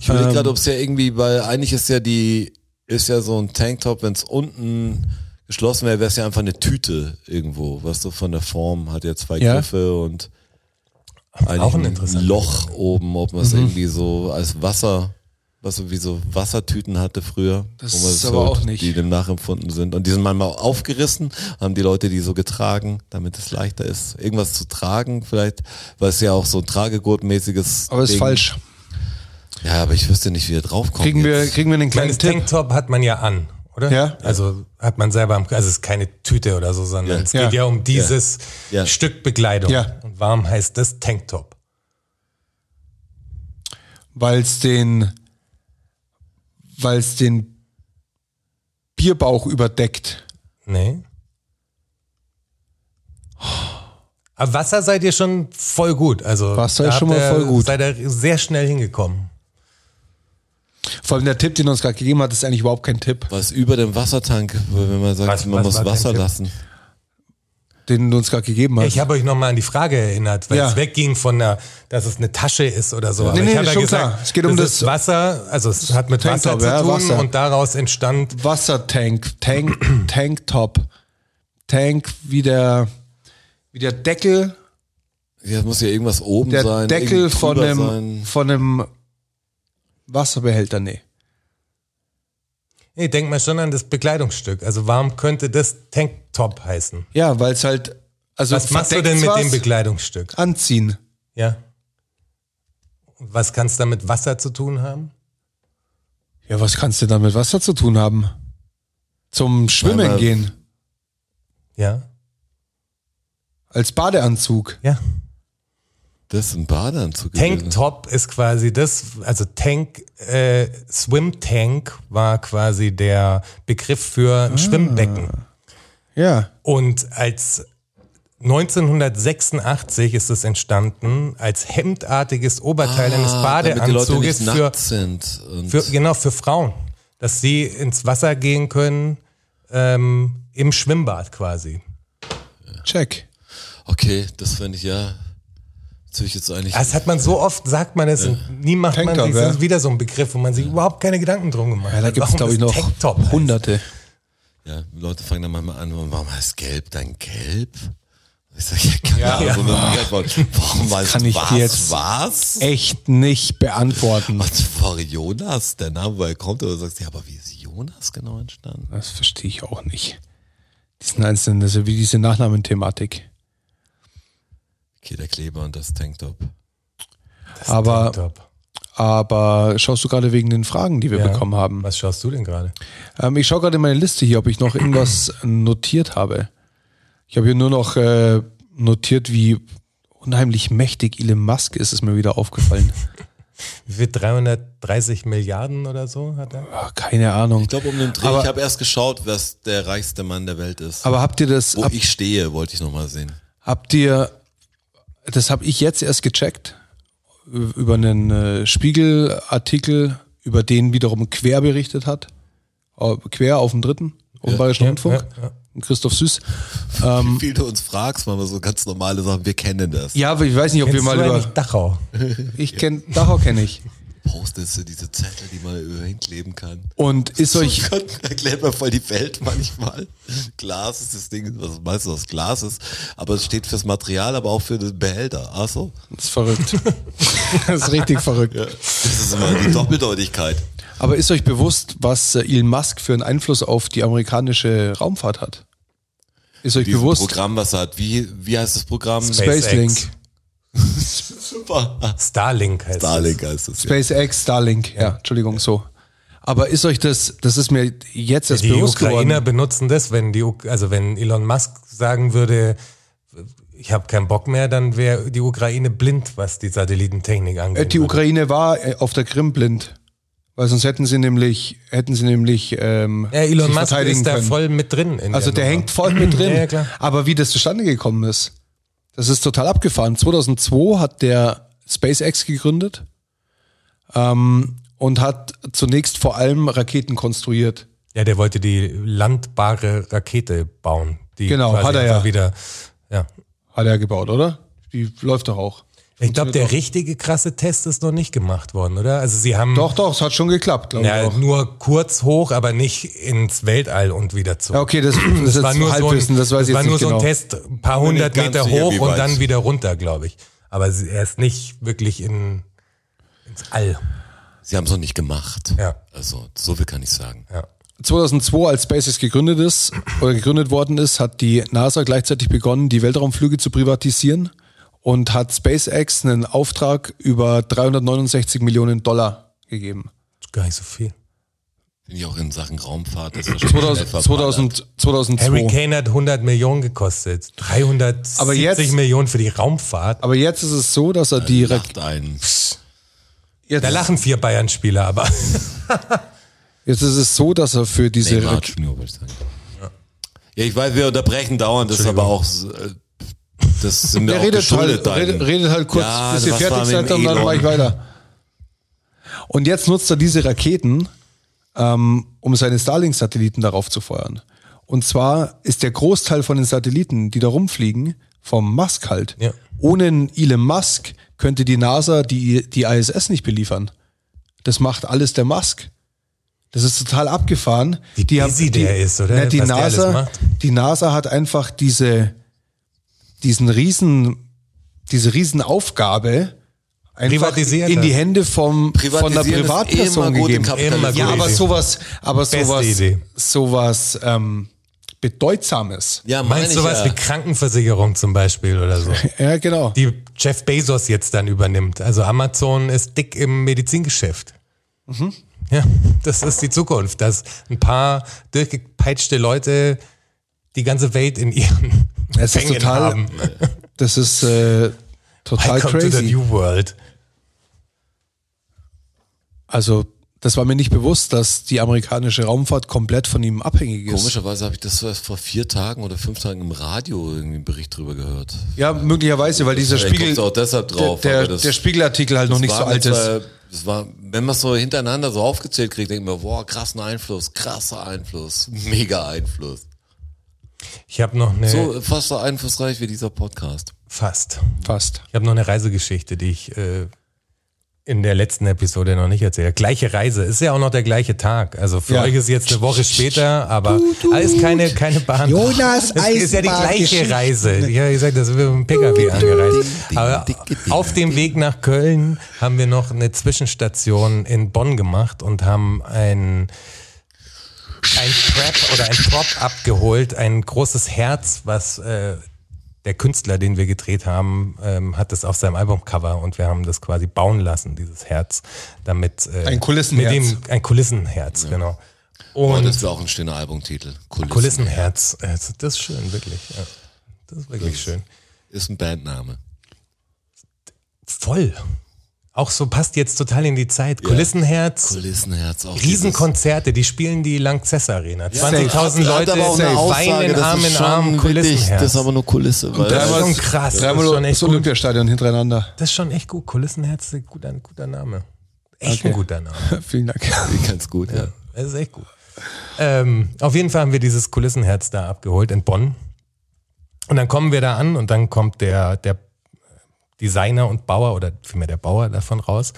Ich überlege
Ähm.
gerade, ob es ja irgendwie, weil eigentlich ist ja die, ist ja so ein Tanktop, wenn es unten geschlossen wäre, wäre es ja einfach eine Tüte irgendwo, was so von der Form hat ja zwei
Ja.
Griffe und eigentlich
Auch ein
ein
interessanter
Loch oben, ob
Mhm.
man es irgendwie so als Wasser, was so wie so Wassertüten hatte früher,
Das
man
ist
so-
aber auch nicht.
die dem nachempfunden sind und die sind manchmal aufgerissen, haben die Leute die so getragen, damit es leichter ist, irgendwas zu tragen vielleicht, weil es ja auch so ein Tragegurtmäßiges.
Aber ist
Ding-
falsch.
ja, aber ich wüsste nicht, wie er draufkommt.
Kriegen wir,
jetzt.
kriegen wir einen
Ich
kleinen
meine, das
Tipp.
Tanktop hat man ja an, oder?
Ja.
Also hat man selber, am, also es ist keine Tüte oder so, sondern
Ja.
es geht
Ja.
ja, um dieses
Ja. Ja.
Stück Bekleidung.
Ja.
Und warum heißt das Tanktop?
Weil es den, weil's den Bierbauch überdeckt.
Nee. Aber Ah, Wasser seid ihr schon voll gut. Also
Wasser ist
da habt
schon mal
ihr-
voll gut.
Seid ihr sehr schnell hingekommen.
Vor allem der Tipp, den er uns gerade gegeben hat, ist eigentlich überhaupt kein Tipp.
Was über dem Wassertank, wenn man sagt,
Was- was
man
war
muss
dein
Wasser
Tipp?
lassen.
Den du uns gerade gegeben hast.
Ich habe euch nochmal an die Frage erinnert, weil
Ja.
es wegging von der, dass es eine Tasche ist oder so. Aber
Nee,
ich
nee,
habe ja
schon
gesagt,
klar. Es geht um
ist
das-
Wasser, also es hat mit Wasser
Tanktop,
zu
ja,
tun
Wasser.
und daraus entstand
Wassertank, Tank, (clears throat) Tanktop. Tank wie der, wie der Deckel,
Ja, es muss ja irgendwas oben
der
sein.
Deckel
irgendwie
von
drüber
einem,
sein.
von einem Wasserbehälter, nee.
Nee, denk mal schon an das Bekleidungsstück. Also warum könnte das Tanktop heißen?
Ja, weil es halt, also
Was machst du denn
verdeckt's
mit
was?
dem Bekleidungsstück?
Anziehen.
Ja. Und Was kannst du mit Wasser zu tun haben?
Ja, was kannst du dann mit Wasser zu tun haben? Zum Schwimmen
Einmal-
gehen.
Ja.
Als Badeanzug.
Ja.
Das ist ein Badeanzug. gewesen.
Tanktop ist quasi das, also Tank, äh, Swim Tank war quasi der Begriff für
Ah.
ein Schwimmbecken.
Ja.
Und als 1986 ist es entstanden als hemdartiges Oberteil eines
Ah, damit die Leute
Badeanzuges
nicht
für,
nackt sind. Und
für, genau, für Frauen. Dass sie ins Wasser gehen können, ähm, im Schwimmbad quasi.
Check.
okay, das finde ich ja. Das hab ich jetzt eigentlich.
Das hat man so oft, sagt man es, und nie macht
Tanktop,
man sich
ja.
das ist wieder so ein Begriff, wo man sich überhaupt keine Gedanken drum gemacht hat.
Ja, da gibt es,
Warum
glaube ich,
das
noch
Tanktop heißt.
hunderte.
ja, Leute fangen dann manchmal an, warum heißt gelb dann gelb? Ich sage, ja, keine
Ja.
Ahnung,
Ja.
so eine Antwort. Warum heißt
kann ich dir
was?
jetzt-
was?
Echt nicht beantworten.
Was war Jonas? Der Name, woher kommt, oder sagst du, ja, aber wie ist Jonas genau entstanden?
Das verstehe ich auch nicht. Diesen einzelnen, das ist ja wie diese Nachnamenthematik.
Okay, der Kleber und das Tanktop.
Das
Aber-
Tanktop.
Aber schaust du gerade wegen den Fragen, die wir
Ja.
bekommen haben?
Was schaust du denn gerade?
Ähm, ich schaue gerade in meine Liste hier, ob ich noch irgendwas notiert habe. Ich habe hier nur noch äh, notiert, wie unheimlich mächtig Elon Musk ist, ist mir wieder aufgefallen.
Wie viel? 330 Milliarden oder so hat er?
Ah, keine Ahnung.
Ich glaube, um den Dreh,
Aber-
ich habe erst geschaut, was der reichste Mann der Welt ist.
Aber habt ihr das,
Wo
hab,
ich stehe, wollte ich nochmal sehen.
habt ihr, das habe ich jetzt erst gecheckt, ü- über einen äh, Spiegelartikel, über den wiederum Quer berichtet hat, Äh, Quer auf dem dritten, auf dem Bayerischen
ja,
Rundfunk,
ja,
Christoph Süß.
Wie viel du uns fragst, machen wir so ganz normale Sachen, wir kennen das.
Mhm. Ja, aber ich weiß nicht, ob wir
Kennst
mal
du
über,
eigentlich Dachau?
ich kenne, Dachau kenne ich.
Postest du diese Zettel, die man überall hinkleben kann?
Und ist euch,
(laughs) Oh Gott, erklärt mir voll die Welt manchmal. Glas ist das Ding, was meinst du, was Glas ist? Aber es steht fürs Material, aber auch für den Behälter. Ach so.
Das ist
(laughs)
verrückt. das ist richtig verrückt.
Ja. Das ist immer die Doppeldeutigkeit.
Aber ist euch bewusst, was äh, Elon Musk für einen Einfluss auf die amerikanische Raumfahrt hat? Ist euch
Dieses
bewusst?
Programm, was er hat. Wie, wie heißt das Programm?
SpaceX.
SpaceLink,
Super.
Starlink heißt
Starlink heißt es. Ja.
SpaceX, Starlink, ja, Entschuldigung, so. Aber ist euch das, das ist mir jetzt
es.
erst
Die
bewusst
Ukrainer
geworden.
benutzen das, wenn die, Uk- also wenn Elon Musk sagen würde, ich habe keinen Bock mehr, dann wäre die Ukraine blind, was die Satellitentechnik
Äh,
angeht.
Die Ukraine war äh, auf der Krim blind. Weil sonst hätten sie nämlich, hätten sie nämlich, ähm,
ja, Elon
sich
Musk
verteidigen
ist da
können.
voll mit drin. in
Also der
Nummer.
hängt voll mit drin.
Ja, ja, klar.
Aber wie das zustande gekommen ist, das ist total abgefahren. 2002 hat der SpaceX gegründet ähm, und hat zunächst vor allem Raketen konstruiert.
Ja, der wollte die landbare Rakete bauen. Die
Genau,
quasi
hat er
einfach
ja.
Wieder, ja.
Hat er gebaut, oder? Die läuft doch auch.
Ich glaube, der richtige krasse Test ist noch nicht gemacht worden, oder? Also sie haben
Doch, doch, es hat schon geklappt, glaube
ja,
ich. Auch.
nur kurz hoch, aber nicht ins Weltall und wieder zurück.
Ja, okay, (clears throat) das, das, ist jetzt Halbwissen, das weiß ich
war
jetzt
nur
nicht
so ein
genau.
Test, ein paar
Bin
hundert
nicht ganz
Meter
sicher,
hoch
wie
und
weit.
dann wieder runter, glaube ich. Aber sie- er ist nicht wirklich in, ins All.
Sie haben es noch nicht gemacht.
Ja.
Also, so viel kann ich sagen.
Ja.
2002, als SpaceX gegründet ist oder gegründet worden ist, hat die NASA gleichzeitig begonnen, die Weltraumflüge zu privatisieren und hat SpaceX einen Auftrag über 369 Millionen Dollar gegeben.
Ist gar nicht so viel.
Bin ich auch in Sachen Raumfahrt. Das ist schon schnell
2000,
verballert.
2000, 2002.
Harry Kane hat 100 Millionen gekostet. 370
Aber jetzt-
Millionen für die Raumfahrt.
Aber jetzt ist es so, dass er die Ra-
Lacht ein.
jetzt,
Da lachen vier Bayern-Spieler, aber
jetzt ist es so, dass er für diese
Neymar
Ra-
Junior, wollte ich sagen. Ja, ich weiß, wir unterbrechen dauernd, das ist aber auch, äh, das sind wir
Der
auch
redet
geschuldet.
halt, redet,
deinen-
redet halt kurz,
Ja,
bis ihr
was war
fertig
mit
seid
dem
und dann
Elon?
mache ich weiter. Und jetzt nutzt er diese Raketen, ähm, um seine Starlink-Satelliten darauf zu feuern. Und zwar ist der Großteil von den Satelliten, die da rumfliegen, vom Musk halt.
Ja.
Ohne einen Elon Musk könnte die NASA die, die ISS nicht beliefern. Das macht alles der Musk. Das ist total abgefahren.
Wie
die
busy der ist, oder?
Ne, die,
Was der alles
NASA,
macht.
die NASA hat einfach diese, diesen riesen, diese riesen Aufgabe einfach
Privatisiert
in die
das.
Hände vom, von einer
Privatisieren ist
Privatperson
immer gut im
gegeben.
Kapitalismus.
Immer
Ja,
Gute
aber
Idee.
sowas, aber
Beste
sowas,
Idee.
sowas ähm, Bedeutsames.
Ja, meine
(laughs) meinst
ich
du was
ja.
wie Krankenversicherung zum Beispiel oder so?
Ja, genau.
die Jeff Bezos jetzt dann übernimmt. Also Amazon ist dick im Medizingeschäft.
Mhm.
Ja, das ist die Zukunft, dass ein paar durchgepeitschte Leute die ganze Welt in ihren
Es ist
Fängen
total-
haben.
Das ist äh, Total
Welcome to the
crazy.
New World.
Also, das war mir nicht bewusst, dass die amerikanische Raumfahrt komplett von ihm abhängig ist.
Komischerweise habe ich das erst vor vier Tagen oder fünf Tagen im Radio irgendwie einen Bericht drüber gehört.
Ja, möglicherweise, weil dieser
Vielleicht
Spiegel,
kommt's auch deshalb drauf,
der,
aber
der,
das-
der Spiegelartikel halt noch nicht so
war
alt
mit
ist.
zwei- Das war, wenn man es so hintereinander so aufgezählt kriegt, denkt man, boah, krassen Einfluss, krasser Einfluss, (laughs) mega Einfluss.
Ich habe noch eine
So äh, fast so einflussreich wie dieser Podcast.
fast.
Fast.
Ich habe noch eine Reisegeschichte, die ich äh, in der letzten Episode noch nicht erzählt habe. Gleiche Reise, ist ja auch noch der gleiche Tag. Also für
Ja.
euch ist jetzt eine Woche später, aber alles keine, keine Bahn.
Jonas
es ist ja die gleiche
Eisenbahngeschichte.
Reise. Ja, ihr sagt, das sind wir mit dem Pkw angereist. Aber auf dem Weg nach Köln haben wir noch eine Zwischenstation in Bonn gemacht und haben einen ein Prep oder ein Prop abgeholt, ein großes Herz, was äh, der Künstler, den wir gedreht haben, ähm, hat das auf seinem Albumcover und wir haben das quasi bauen lassen, dieses Herz, damit äh,
Ein Kulissenherz.
mit dem ein Kulissenherz, genau.
Boah,
Und
Oh, das wäre auch ein schöner Albumtitel. Kulissen.
Kulissenherz, äh, das ist schön, wirklich. Ja. Das ist wirklich schön.
Ist ein Bandname.
Voll. Auch so passt jetzt total in die Zeit. Kulissenherz.
Kulissenherz auch.
Riesenkonzerte, die spielen die Lanxess Arena. 20.000
dieses- Hat
Leute
aber auch eine Aussage,
weinen
das
Arm
ist
in
schon
Arm,
wirklich,
Kulissenherz.
Das ist aber nur Kulisse. Weil
Äh, Das ist
Dreimal-
schon krass.
Dreimal
das ist schon echt
das
gut.
Olympiastadion hintereinander. (laughs)
Das ist schon echt gut. Kulissenherz, ist guter, guter Name. Echt
Okay.
ein guter Name.
Vielen Dank.
ganz gut, ja.
Das ist echt gut. Ähm, auf jeden Fall haben wir dieses Kulissenherz da abgeholt in Bonn. Und dann kommen wir da an und dann kommt der, der Designer und Bauer oder vielmehr der Bauer davon raus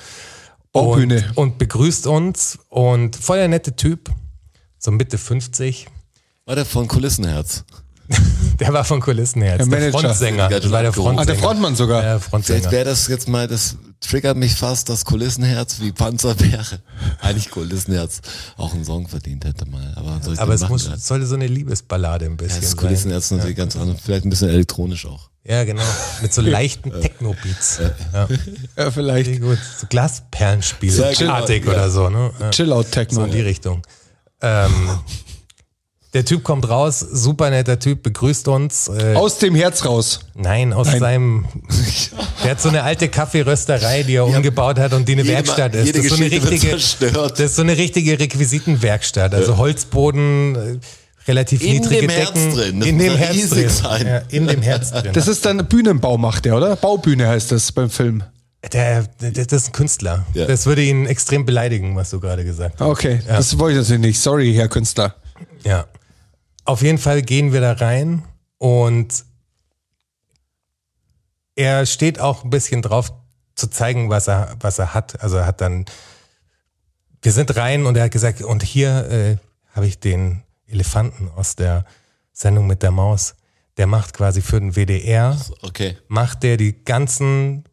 Baubühne.
und, und begrüßt uns und voll der nette Typ, so Mitte 50.
War der von Kulissenherz.
(laughs) Der war von Kulissenherz.
Der
Der,
Manager.
Frontsänger.
Der hat
Das war der
abgeholt.
Frontsänger.
Ah, der Frontmann sogar.
Ja, der
Vielleicht
Frontsänger.
wäre das jetzt mal, das triggert mich fast, dass Kulissenherz wie Panzer wäre.
(laughs)
Eigentlich Kulissenherz auch einen Song verdient hätte mal. Aber, soll ich
Aber
den
es
machen
muss,
grad?
es sollte so eine Liebesballade ein bisschen
Das ist
sein.
Kulissenherz natürlich ganz anders. Vielleicht ein bisschen elektronisch auch.
Ja, genau. Mit
(laughs)
so leichten Techno-Beats. Ja.
Ja,
Richtig
vielleicht.
gut. So Glasperlenspielartig
Ja, genau.
oder so, ne? Ja. So
Chill-Out-Techno.
in die Richtung. Ähm, der Typ kommt raus, super netter Typ, begrüßt uns. Äh,
Aus dem Herz raus.
nein, aus seinem. Der hat so eine alte Kaffeerösterei, die er umgebaut hat und die eine
Jede Ma-
Werkstatt ist.
jede
das ist so eine
Geschichte wird
richtige.
zerstört.
Das ist so eine richtige Requisitenwerkstatt. Also Holzboden, äh, relativ
In
niedrige
dem Herz
Decken.
drin. Das
In dem
muss ja
Herz
riesig
drin.
sein.
Ja, in dem Herz drin.
Das ist dann Bühnenbau macht der, oder? Baubühne heißt das beim Film.
der, der, das ist ein Künstler.
Ja.
Das würde ihn extrem beleidigen, was du gerade gesagt hast.
Ah, Okay, das wollte ich natürlich nicht. Sorry, Herr Künstler.
Ja. Auf jeden Fall gehen wir da rein und er steht auch ein bisschen drauf zu zeigen, was er, was er hat. Also er hat dann, wir sind rein und er hat gesagt, und hier äh, habe ich den Elefanten aus der Sendung mit der Maus. Der macht quasi für den WDR
Okay.
macht der die ganzen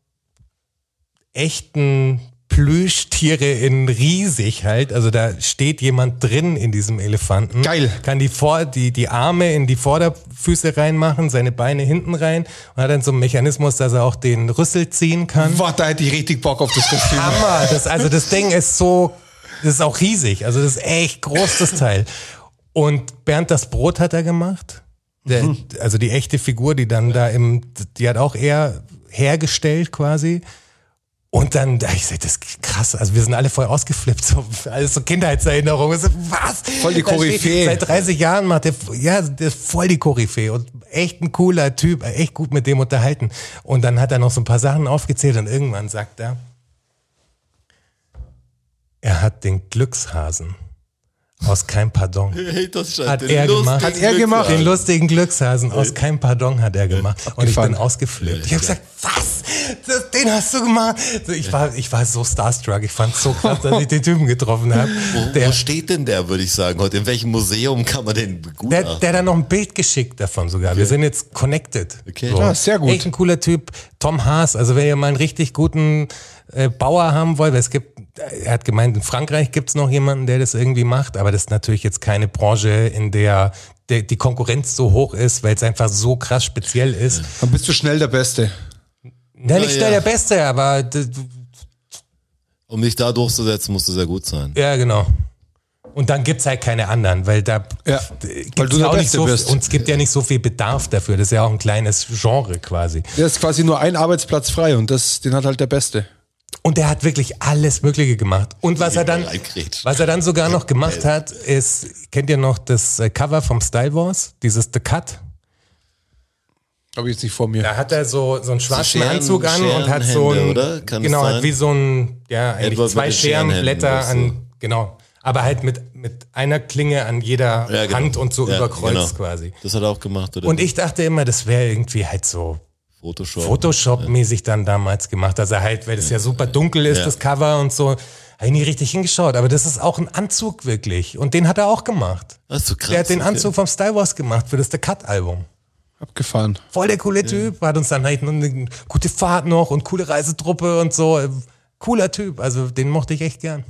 echten Plüschtiere in riesig halt. Also da steht jemand drin in diesem Elefanten.
Geil.
Kann die, Vor die, die Arme in die Vorderfüße reinmachen, seine Beine hinten rein und hat dann so einen Mechanismus, dass er auch den Rüssel ziehen kann.
Boah, da hätte ich richtig Bock auf das Kostüm.
(laughs) Hammer. Das, also das Ding ist so, das ist auch riesig. Also das ist echt groß, das Teil. Und Bernd das Brot hat er gemacht. Der, Also die echte Figur, die dann da im, die hat auch er hergestellt quasi. Und dann, da ich sag, das ist krass. Also wir sind alle voll ausgeflippt. So, alles so Kindheitserinnerungen. So, was?
Voll die
Da steht-
Koryphäe.
Seit 30 Jahren macht der, ja, der ist voll die Koryphäe und echt ein cooler Typ. Echt gut mit dem unterhalten. Und dann hat er noch so ein paar Sachen aufgezählt und irgendwann sagt er, er hat den Glückshasen aus kein Pardon.
(laughs) Hey, das scheint
Hat
den
er
lustigen
gemacht. Hat
er gemacht.
Glücksfall.
Den lustigen Glückshasen aus kein Pardon hat er gemacht. Und ich
Abgefahren.
bin ausgeflippt. Ich habe gesagt, was? Das, den hast du gemacht? So, Ich war, ich war so starstruck. Ich fand so krass, dass ich den Typen getroffen habe.
Wo, wo
Der,
steht denn der, würde ich sagen, heute? In welchem Museum kann man den begutachten?
der, der dann noch ein Bild geschickt davon sogar. Wir sind jetzt connected.
Okay.
Ja, Ah, sehr gut.
Echt ein cooler Typ. Tom Haas. Also wenn ihr mal einen richtig guten äh, Bauer haben wollt, weil es gibt, er hat gemeint, in Frankreich gibt's noch jemanden, der das irgendwie macht, aber das ist natürlich jetzt keine Branche, in der, der die Konkurrenz so hoch ist, weil es einfach so krass speziell ist.
Dann bist du schnell der Beste.
Na, nicht
Ja,
schnell
ja.
der Beste, aber d-
um dich da durchzusetzen, musst du sehr gut sein.
ja, genau. Und dann gibt's halt keine anderen, weil da
Ja,
gibt's
weil du
ja
der
auch nicht
Beste
so
bist.
Viel, und es gibt ja nicht so viel Bedarf dafür. Das ist ja auch ein kleines Genre quasi.
Da ist quasi nur ein Arbeitsplatz frei und das, den hat halt der Beste.
Und er hat wirklich alles Mögliche gemacht. Und was er dann,
Reingrätscht.
was er dann sogar noch gemacht hat, ist, kennt ihr noch das äh, Cover vom Style Wars? Dieses The Cut?
Habe ich jetzt nicht vor mir.
Da hat er so, so einen schwarzen
Scheren-
Anzug an und hat so
Scherenhände,
ein,
oder? Kann
genau,
es
hat
sein?
wie so ein, ja, eigentlich
Edward mit
zwei
den Scherenhänden,
Scherenblätter
weißt du.
an, genau. Aber halt mit, mit einer Klinge an jeder
Ja, genau.
Hand und so
Ja,
überkreuzt
genau.
quasi.
Das hat er auch gemacht, oder?
Und ich dachte immer, das wäre irgendwie halt so
Photoshop.
Photoshop-mäßig dann damals gemacht. Also halt, weil das ja super dunkel ist,
Ja.
das Cover und so. Habe ich nie richtig hingeschaut, aber das ist auch ein Anzug wirklich. Und den hat er auch gemacht.
Ach so, Ah, krass.
Der hat den
okay.
Anzug vom Star Wars gemacht für das The Cut-Album.
Abgefahren.
Voll der coole Typ, hat uns dann halt noch eine gute Fahrt noch und coole Reisetruppe und so. Cooler Typ, also den mochte ich echt gern.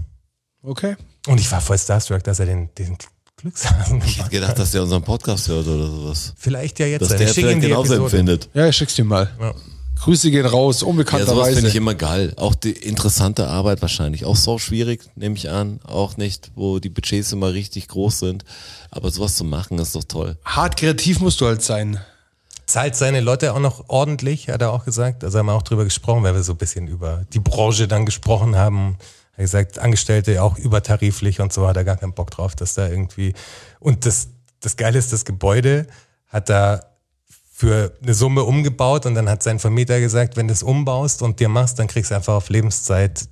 Okay.
Und ich war voll starstruck, dass er den, den Glückshasen
Ich hätte
gemacht hat.
gedacht, dass der unseren Podcast hört oder sowas.
Vielleicht ja jetzt.
Dass
Ich
der
schick ihm
vielleicht
die
genauso
Episode.
empfindet.
Ja, ich schick's dir mal.
Ja.
Grüße gehen raus,
Ja, sowas
unbekannterweise.
finde ich immer geil. Auch die interessante Arbeit wahrscheinlich. Auch so schwierig, nehme ich an. Auch nicht, wo die Budgets immer richtig groß sind. Aber sowas zu machen, ist doch toll.
Hart kreativ musst du halt sein.
Zahlt seine Leute auch noch ordentlich, hat er auch gesagt. Also haben wir auch drüber gesprochen, weil wir so ein bisschen über die Branche dann gesprochen haben. Er hat gesagt, Angestellte auch übertariflich und so hat er gar keinen Bock drauf, dass da irgendwie. Und das, das Geile ist, das Gebäude hat er für eine Summe umgebaut und dann hat sein Vermieter gesagt, wenn du es umbaust und dir machst, dann kriegst du einfach auf Lebenszeit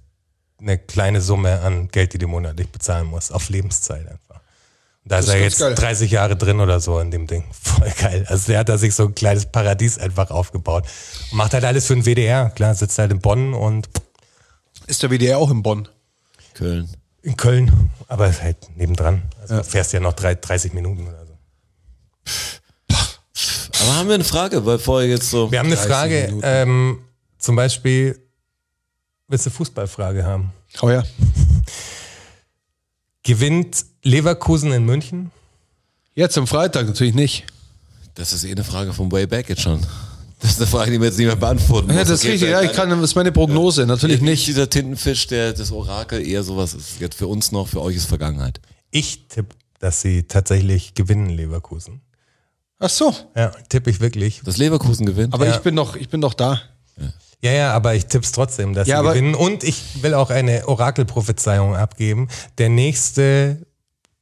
eine kleine Summe an Geld, die du monatlich bezahlen musst. Auf Lebenszeit einfach. Und da ist
ist
er
ganz
jetzt
geil.
30 Jahre drin oder so in dem Ding. (laughs) Voll geil. Also der hat da sich so ein kleines Paradies einfach aufgebaut. Und macht halt alles für den WDR. Klar, sitzt halt in Bonn und
Ist der WDR auch in Bonn?
Köln.
in Köln. Aber ist halt nebendran. Also fährst ja noch drei, 30 Minuten oder so.
Aber haben wir eine Frage, weil vorher jetzt so.
Wir haben eine
30
Frage.
Minuten.
Ähm, zum Beispiel, willst du eine Fußballfrage haben?
Oh ja.
Gewinnt Leverkusen in München?
Jetzt am Freitag natürlich nicht.
Das ist eh eine Frage vom Way Back jetzt schon. Das ist eine Frage, die wir jetzt nicht mehr beantworten
Ja,
muss.
das ist
Okay,
richtig. Ja, ich kann, das ist meine Prognose. Natürlich
Nicht
nicht.
dieser Tintenfisch, der das Orakel eher sowas ist. Jetzt für uns noch, für euch ist Vergangenheit.
Ich tippe, dass sie tatsächlich gewinnen, Leverkusen.
Ach so.
Ja, tippe ich wirklich.
Das Leverkusen gewinnt.
Aber
Ja.
ich bin noch, ich bin noch da.
Ja, ja, aber ich tipp's trotzdem, dass
Ja,
sie
aber-
gewinnen. Und ich will auch eine Orakelprophezeiung abgeben. Der nächste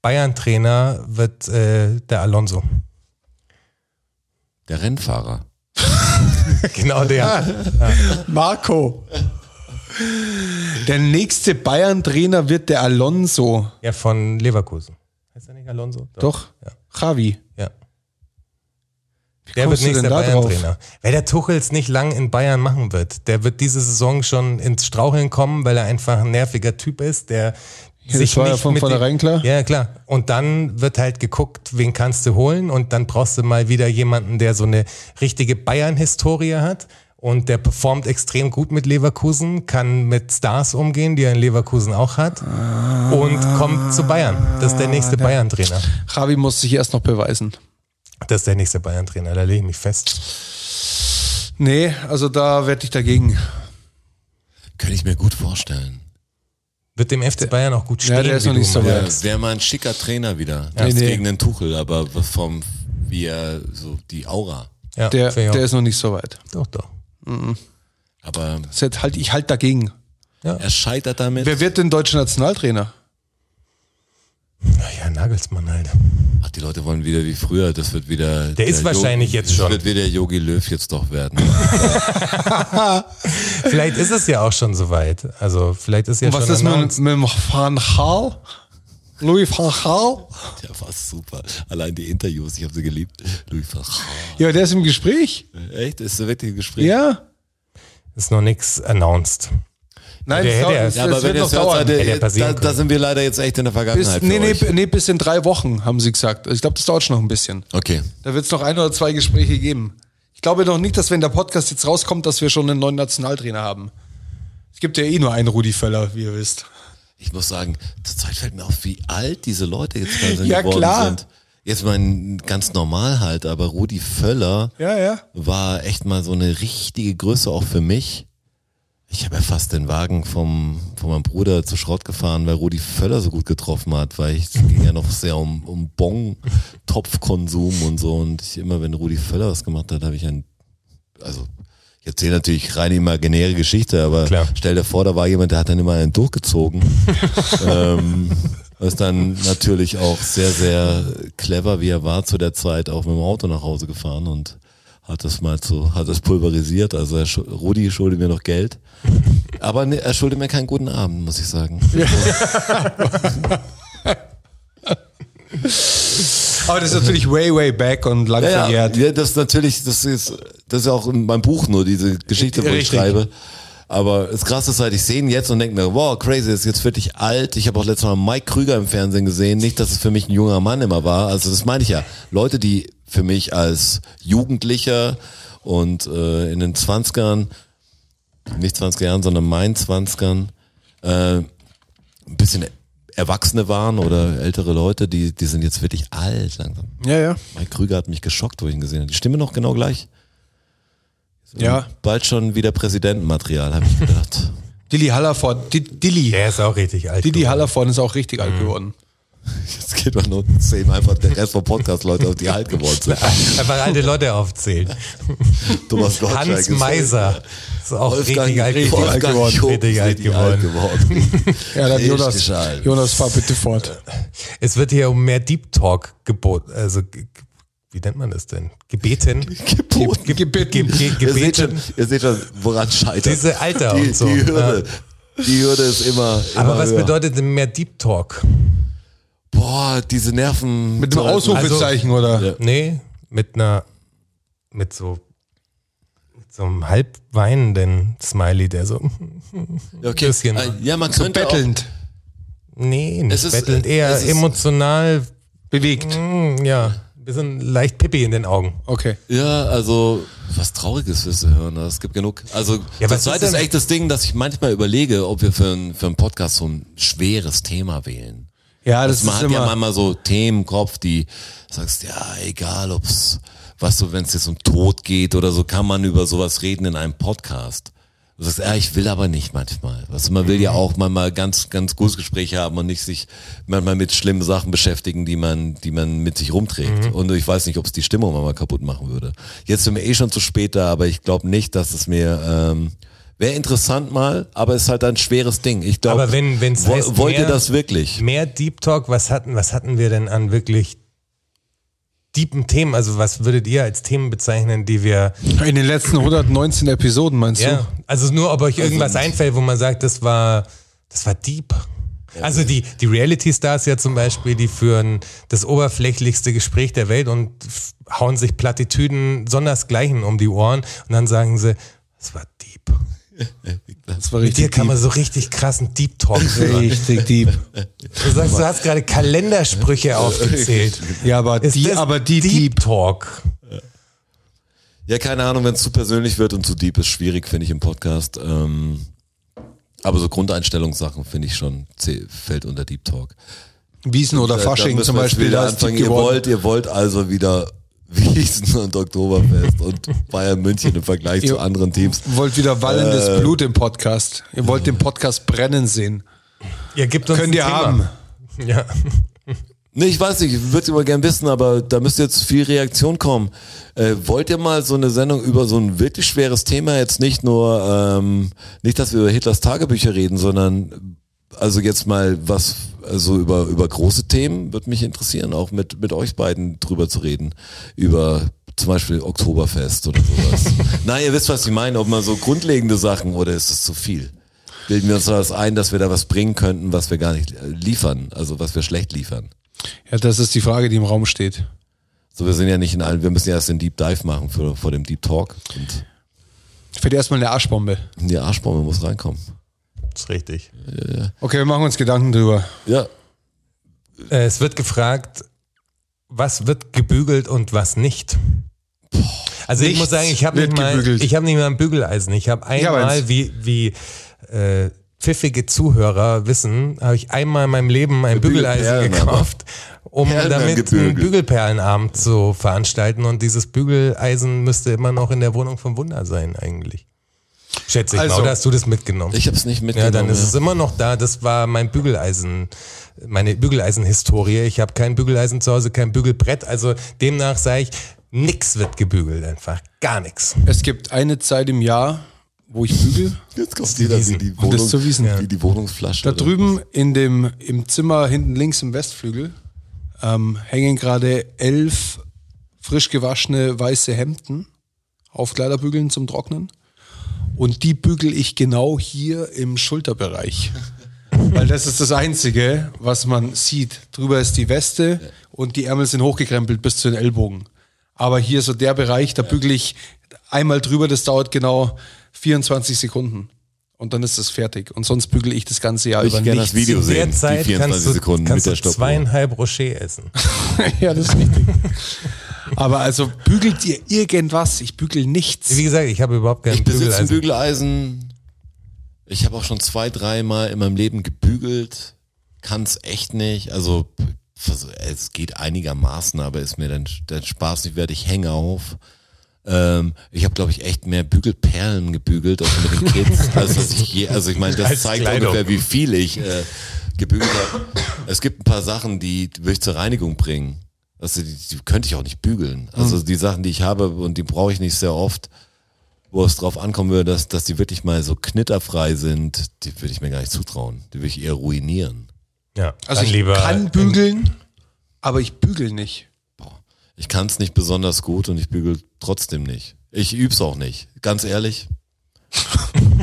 Bayern-Trainer wird äh, der Alonso. (laughs)
der Rennfahrer.
Genau
Ah.
der.
Marco. Der nächste Bayern-Trainer wird der Alonso.
ja, von Leverkusen. Heißt er nicht Alonso?
Doch. Javi.
Ja. Der wird
kommst du
nächster
denn da drauf?
Bayern-Trainer. Weil der Tuchels nicht lang in Bayern machen wird. Der wird diese Saison schon ins Straucheln kommen, weil er einfach ein nerviger Typ ist, der
das
sich
war
nicht
ja von
mit dem-
vornherein klar.
Ja, klar. Und dann wird halt geguckt, wen kannst du holen und dann brauchst du mal wieder jemanden, der so eine richtige Bayern-Historie hat und der performt extrem gut mit Leverkusen, kann mit Stars umgehen, die er in Leverkusen auch hat
Ah.
und kommt zu Bayern. Das ist der nächste Bayern-Trainer.
Javi muss sich erst noch beweisen.
Das ist der nächste Bayern-Trainer, da lege ich mich fest.
Nee, also da werde ich dagegen.
Könnte ich mir gut vorstellen.
Wird dem FC Bayern auch gut stehen.
Ja, der ist
wie
noch
du
nicht so
mal-
weit.
Das wäre mal ein schicker Trainer wieder.
Ja.
Nichts
Nee, nee.
gegen den Tuchel, aber was vom, wie er, so die Aura.
Ja,
Der,
finde ich auch.
der ist noch nicht so weit.
doch, doch.
Aber
Das hätte Halt, ich halt dagegen.
er scheitert damit.
Wer wird denn deutscher Nationaltrainer?
Naja, Nagelsmann halt.
Ach, die Leute wollen wieder wie früher. Das wird wieder. Der,
ist wahrscheinlich jetzt schon.
Das wird wieder Yogi Löw jetzt doch werden. (laughs)
Vielleicht ist es ja auch schon soweit. Also vielleicht ist ja
Und was
schon
ist mit,
announced.
mit dem Van Gaal? Louis van Gaal?
Der war super. Allein die Interviews, ich habe sie geliebt. Louis van Gaal.
Ja, der ist im Gespräch.
Echt? Ist das wirklich ein Gespräch?
Ja.
Ist noch nichts announced.
Nein,
Der
das,
hätte
dauert-
ja-
das,
Ja, aber
das
wenn
wird noch
das hört,
dauern.
seid ihr-
Hätte ja passieren
da, da sind wir leider jetzt echt in der
Bis,
Vergangenheit.
nee, nee,
für euch.
nee, bis in drei Wochen, haben sie gesagt. Also ich glaube, das dauert schon noch ein bisschen.
Okay.
Da wird es noch ein oder zwei Gespräche geben. Ich glaube noch nicht, dass wenn der Podcast jetzt rauskommt, dass wir schon einen neuen Nationaltrainer haben. Es gibt ja eh nur einen Rudi Völler, wie ihr wisst.
Ich muss sagen, zur Zeit fällt mir auf, wie alt diese Leute jetzt gerade
Ja,
geworden
klar.
sind. Jetzt mein ganz normal halt, aber Rudi Völler
Ja, ja.
war echt mal so eine richtige Größe auch für mich. Ich habe ja fast den Wagen vom, von meinem Bruder zu Schrott gefahren, weil Rudi Völler so gut getroffen hat, weil ich es ging ja noch sehr um, um Bon-Topfkonsum und so. Und ich immer, wenn Rudi Völler was gemacht hat, habe ich ein, also ich erzähle natürlich rein imaginäre Geschichte, aber
Klar.
stell dir vor, da war jemand, der hat dann immer einen durchgezogen. ähm, was dann natürlich auch sehr, sehr clever, wie er war zu der Zeit, auch mit dem Auto nach Hause gefahren und hat das mal zu, hat das pulverisiert. Also er, schu- Rudi schuldet mir noch Geld. Aber ne, er schuldet mir keinen guten Abend, muss ich sagen.
Aber das ist natürlich way, way back und lang
Ja, ja,
verjährt.
ja, das ist natürlich, das ist, das ist auch in meinem Buch nur diese Geschichte, wo ich
Richtig.
schreibe. Aber das Krasse ist halt, ich sehe ihn jetzt und denke mir, wow, crazy, das ist jetzt wirklich alt. Ich habe auch letztes Mal Mike Krüger im Fernsehen gesehen. Nicht, dass es für mich ein junger Mann immer war. Also das meine ich ja. Leute, die für mich als Jugendlicher und äh, in den 20ern, nicht 20 Jahren, sondern meinen 20ern, äh, ein bisschen Erwachsene waren oder ältere Leute, die, die sind jetzt wirklich alt langsam.
Ja, ja.
Mike Krüger hat mich geschockt, wo ich ihn gesehen habe. Die Stimme noch genau gleich.
Ja.
Bald schon wieder Präsidentenmaterial, habe ich gedacht. (laughs)
Dilly Hallerford, Di- Dilly.
Der ist auch richtig alt.
Didi
geworden.
Hallerford ist auch richtig alt geworden.
Jetzt geht man nur zehn einfach der Rest vom Podcast, Leute, auf die alt geworden
(laughs)
sind.
Einfach alte
(laughs)
Leute aufzählen.
Thomas Gottschalk
Hans
ist-
Meiser ist auch
Wolfgang,
richtig alt
Wolfgang
geworden.
Job
Richtig
ist
alt
richtig
geworden. (laughs)
alt geworden.
Ja, dann
Richtig
Jonas,
alt.
Jonas, fahr bitte fort.
Es wird hier um mehr Deep Talk geboten. Also, ge- ge- wie nennt man das denn? Gebeten.
Geboten.
Ge- ge- ge-
Ihr seht, schon,
Gebeten.
ihr seht schon, woran scheitert.
Diese Alter
die,
und so,
Die Hürde, die Hürde ist immer, immer
Aber was
höher.
bedeutet denn mehr Deep Talk?
Boah, diese Nerven.
Mit einem Ausrufezeichen, oder?
Ja.
Nee, mit einer, mit so, mit so einem halb weinenden Smiley, der so,
Okay.
bisschen.
Ja, man
So
könnte auch,
bettelnd,
nee, nicht
Es ist-
bettelnd, eher
es ist-
emotional,
bewegt.
mm, ja, ein bisschen leicht Pippi in den Augen.
Okay.
Ja, also was Trauriges wirst du hören. ne? Es gibt genug. Also
Ja,
das
was
zweite
ist
ist
denn-
echt das Ding, dass ich manchmal überlege, ob wir für, ein, für einen Podcast so ein schweres Thema wählen.
Ja, das,
Das man
ist
hat ja
immer.
manchmal so Themen im Kopf, die sagst, ja, egal ob's, was so, wenn es jetzt um Tod geht oder so, kann man über sowas reden in einem Podcast. Du sagst, ja, ich will aber nicht manchmal. Weißt du, man will ja
Mhm.
auch manchmal ganz, ganz gutes Gespräch haben und nicht sich manchmal mit schlimmen Sachen beschäftigen, die man, die man mit sich
Mhm.
rumträgt. Und ich weiß nicht, ob es die Stimmung manchmal kaputt machen würde. Jetzt sind wir eh schon zu spät da, aber ich glaube nicht, dass es mir, ähm, wäre interessant mal, aber ist halt ein schweres Ding. Ich glaube,
Aber wenn- wenn's heißt,
wollt ihr
mehr-
das wirklich?
Mehr Deep Talk, was hatten, was hatten wir denn an wirklich deepen Themen? Also was würdet ihr als Themen bezeichnen, die wir,
In den letzten 119 Episoden, meinst du?
ja, also nur ob euch irgendwas
Also-
einfällt, wo man sagt, das war, das war deep. Also die, die Reality Stars ja zum Beispiel, die führen das oberflächlichste Gespräch der Welt und f- hauen sich Plattitüden sondersgleichen um die Ohren und dann sagen sie, das war deep.
Das war
Mit dir
richtig
kann
deep.
man so richtig krassen
(laughs)
Deep Talk hören.
Richtig deep.
Du sagst, du hast gerade Kalendersprüche aufgezählt.
Ja, aber
Ist
Äh, die,
das
aber die,
Deep,
die,
Talk.
Ja, keine Ahnung, wenn es zu persönlich wird und zu deep ist, schwierig, finde ich im Podcast. Ähm, aber so Grundeinstellungssachen finde ich schon, zäh- fällt unter Deep Talk.
Wiesen oder
Da- da
Fasching
müssen
zum
wir jetzt
Beispiel,
wieder
da ist
anfangen.
deep
Ihr
geworden.
wollt, ihr wollt also wieder (laughs) Wiesen und Oktoberfest und Bayern München im Vergleich zu
Ihr-
anderen Teams.
Wollt wieder wallendes Blut im Podcast. Ihr wollt den Podcast brennen sehen.
Ihr gebt uns
Könnt
ein
ihr
Thema.
haben.
Ja.
Nee, ich weiß nicht, ich würde es immer gern wissen, aber da müsste jetzt viel Reaktion kommen. Äh, wollt ihr mal so eine Sendung über so ein wirklich schweres Thema jetzt nicht nur, ähm, nicht, dass wir über Hitlers Tagebücher reden, sondern also jetzt mal was, also über, über große Themen, würde mich interessieren, auch mit, mit euch beiden drüber zu reden. Über zum Beispiel Oktoberfest oder sowas. Na, ihr wisst, was ich meine, ob mal so grundlegende Sachen oder ist es zu viel? Bilden wir uns da was ein, dass wir da was bringen könnten, was wir gar nicht äh, liefern, also was wir schlecht liefern.
Ja, das ist die Frage, die im Raum steht.
So, wir sind ja nicht in allen, wir müssen ja erst den Deep Dive machen für, vor dem Deep Talk. Und
Fällt erstmal eine Arschbombe.
die Arschbombe muss reinkommen.
Das ist richtig.
Okay, wir machen uns Gedanken drüber.
Ja.
Äh, Es wird gefragt, was wird gebügelt und was nicht. Also ich
Nichts
muss sagen, ich habe
wird
nicht, mal-
gebügelt.
ich hab nicht mal ein Bügeleisen. Ich habe
Ich hab
einmal,
eins.
wie, wie äh, pfiffige Zuhörer wissen, habe ich einmal in meinem Leben ein Bügeleisen
Bügelperlen,
gekauft, um
Perlen werden
damit einen
gebügelt.
Bügelperlenabend zu veranstalten. Und dieses Bügeleisen müsste immer noch in der Wohnung von Wunder sein eigentlich. Schätze ich
Also.
mal, oder hast du das mitgenommen?
Ich hab's nicht
ja,
mitgenommen.
dann ist es immer noch da. Das war mein Bügeleisen, meine Bügeleisen-Historie. Ich habe kein Bügeleisen zu Hause, kein Bügelbrett. Also demnach sage ich, nix wird gebügelt einfach. Gar nichts.
Es gibt eine Zeit im Jahr, wo ich bügel.
Jetzt kommt wieder wie die Wohnung,
Und das zu Wiesen. Ja.
wie die Wohnungsflasche.
Da drüben in dem, im Zimmer hinten links im Westflügel ähm, hängen gerade elf frisch gewaschene weiße Hemden auf Kleiderbügeln zum Trocknen. Und die bügel ich genau hier im
(laughs)
Schulterbereich. Weil das ist das Einzige, was man sieht. Drüber ist die Weste und die Ärmel sind hochgekrempelt bis zu den Ellbogen. Aber hier so der Bereich, da bügel ich einmal drüber, das dauert genau 24 Sekunden. Und dann ist es fertig. Und sonst bügel ich das ganze Jahr
Ich
über
gerne das
nichts. (laughs)
Video
Zu der
sehen,
Zeit
die 24
kannst du,
Sekunden
kannst
mit der
du
Stoppuhr.
zweieinhalb Rocher essen.
ja, das ist richtig. Aber also bügelt ihr irgendwas? Ich bügel nichts.
Wie gesagt, ich habe überhaupt kein
Ich besitze ein
Bügeleisen.
Bügeleisen. Ich habe auch schon zwei, dreimal in meinem Leben gebügelt. Kann's echt nicht. Also vers- es geht einigermaßen, aber ist mir dann der Spaß nicht wert. Ich hänge auf. Ähm, ich habe, glaube ich, echt mehr Bügelperlen gebügelt als mit
(laughs)
den Kids. als was ich je, also ich meine, das
Als
zeigt
Kleidung.
ungefähr, wie viel ich äh, gebügelt habe. Es gibt ein paar Sachen, die will ich zur Reinigung bringen. Also die, die könnte ich auch nicht bügeln.
Mhm.
Also die Sachen, die ich habe und die brauche ich nicht sehr oft wo es drauf ankommen würde, dass, dass die wirklich mal so knitterfrei sind, die würde ich mir gar nicht zutrauen. Die würde ich eher ruinieren.
Ja,
Also
dann
ich
lieber
kann bügeln, aber ich bügel nicht.
Ich kann es nicht besonders gut und ich bügel trotzdem nicht. Ich üb's auch nicht. Ganz ehrlich.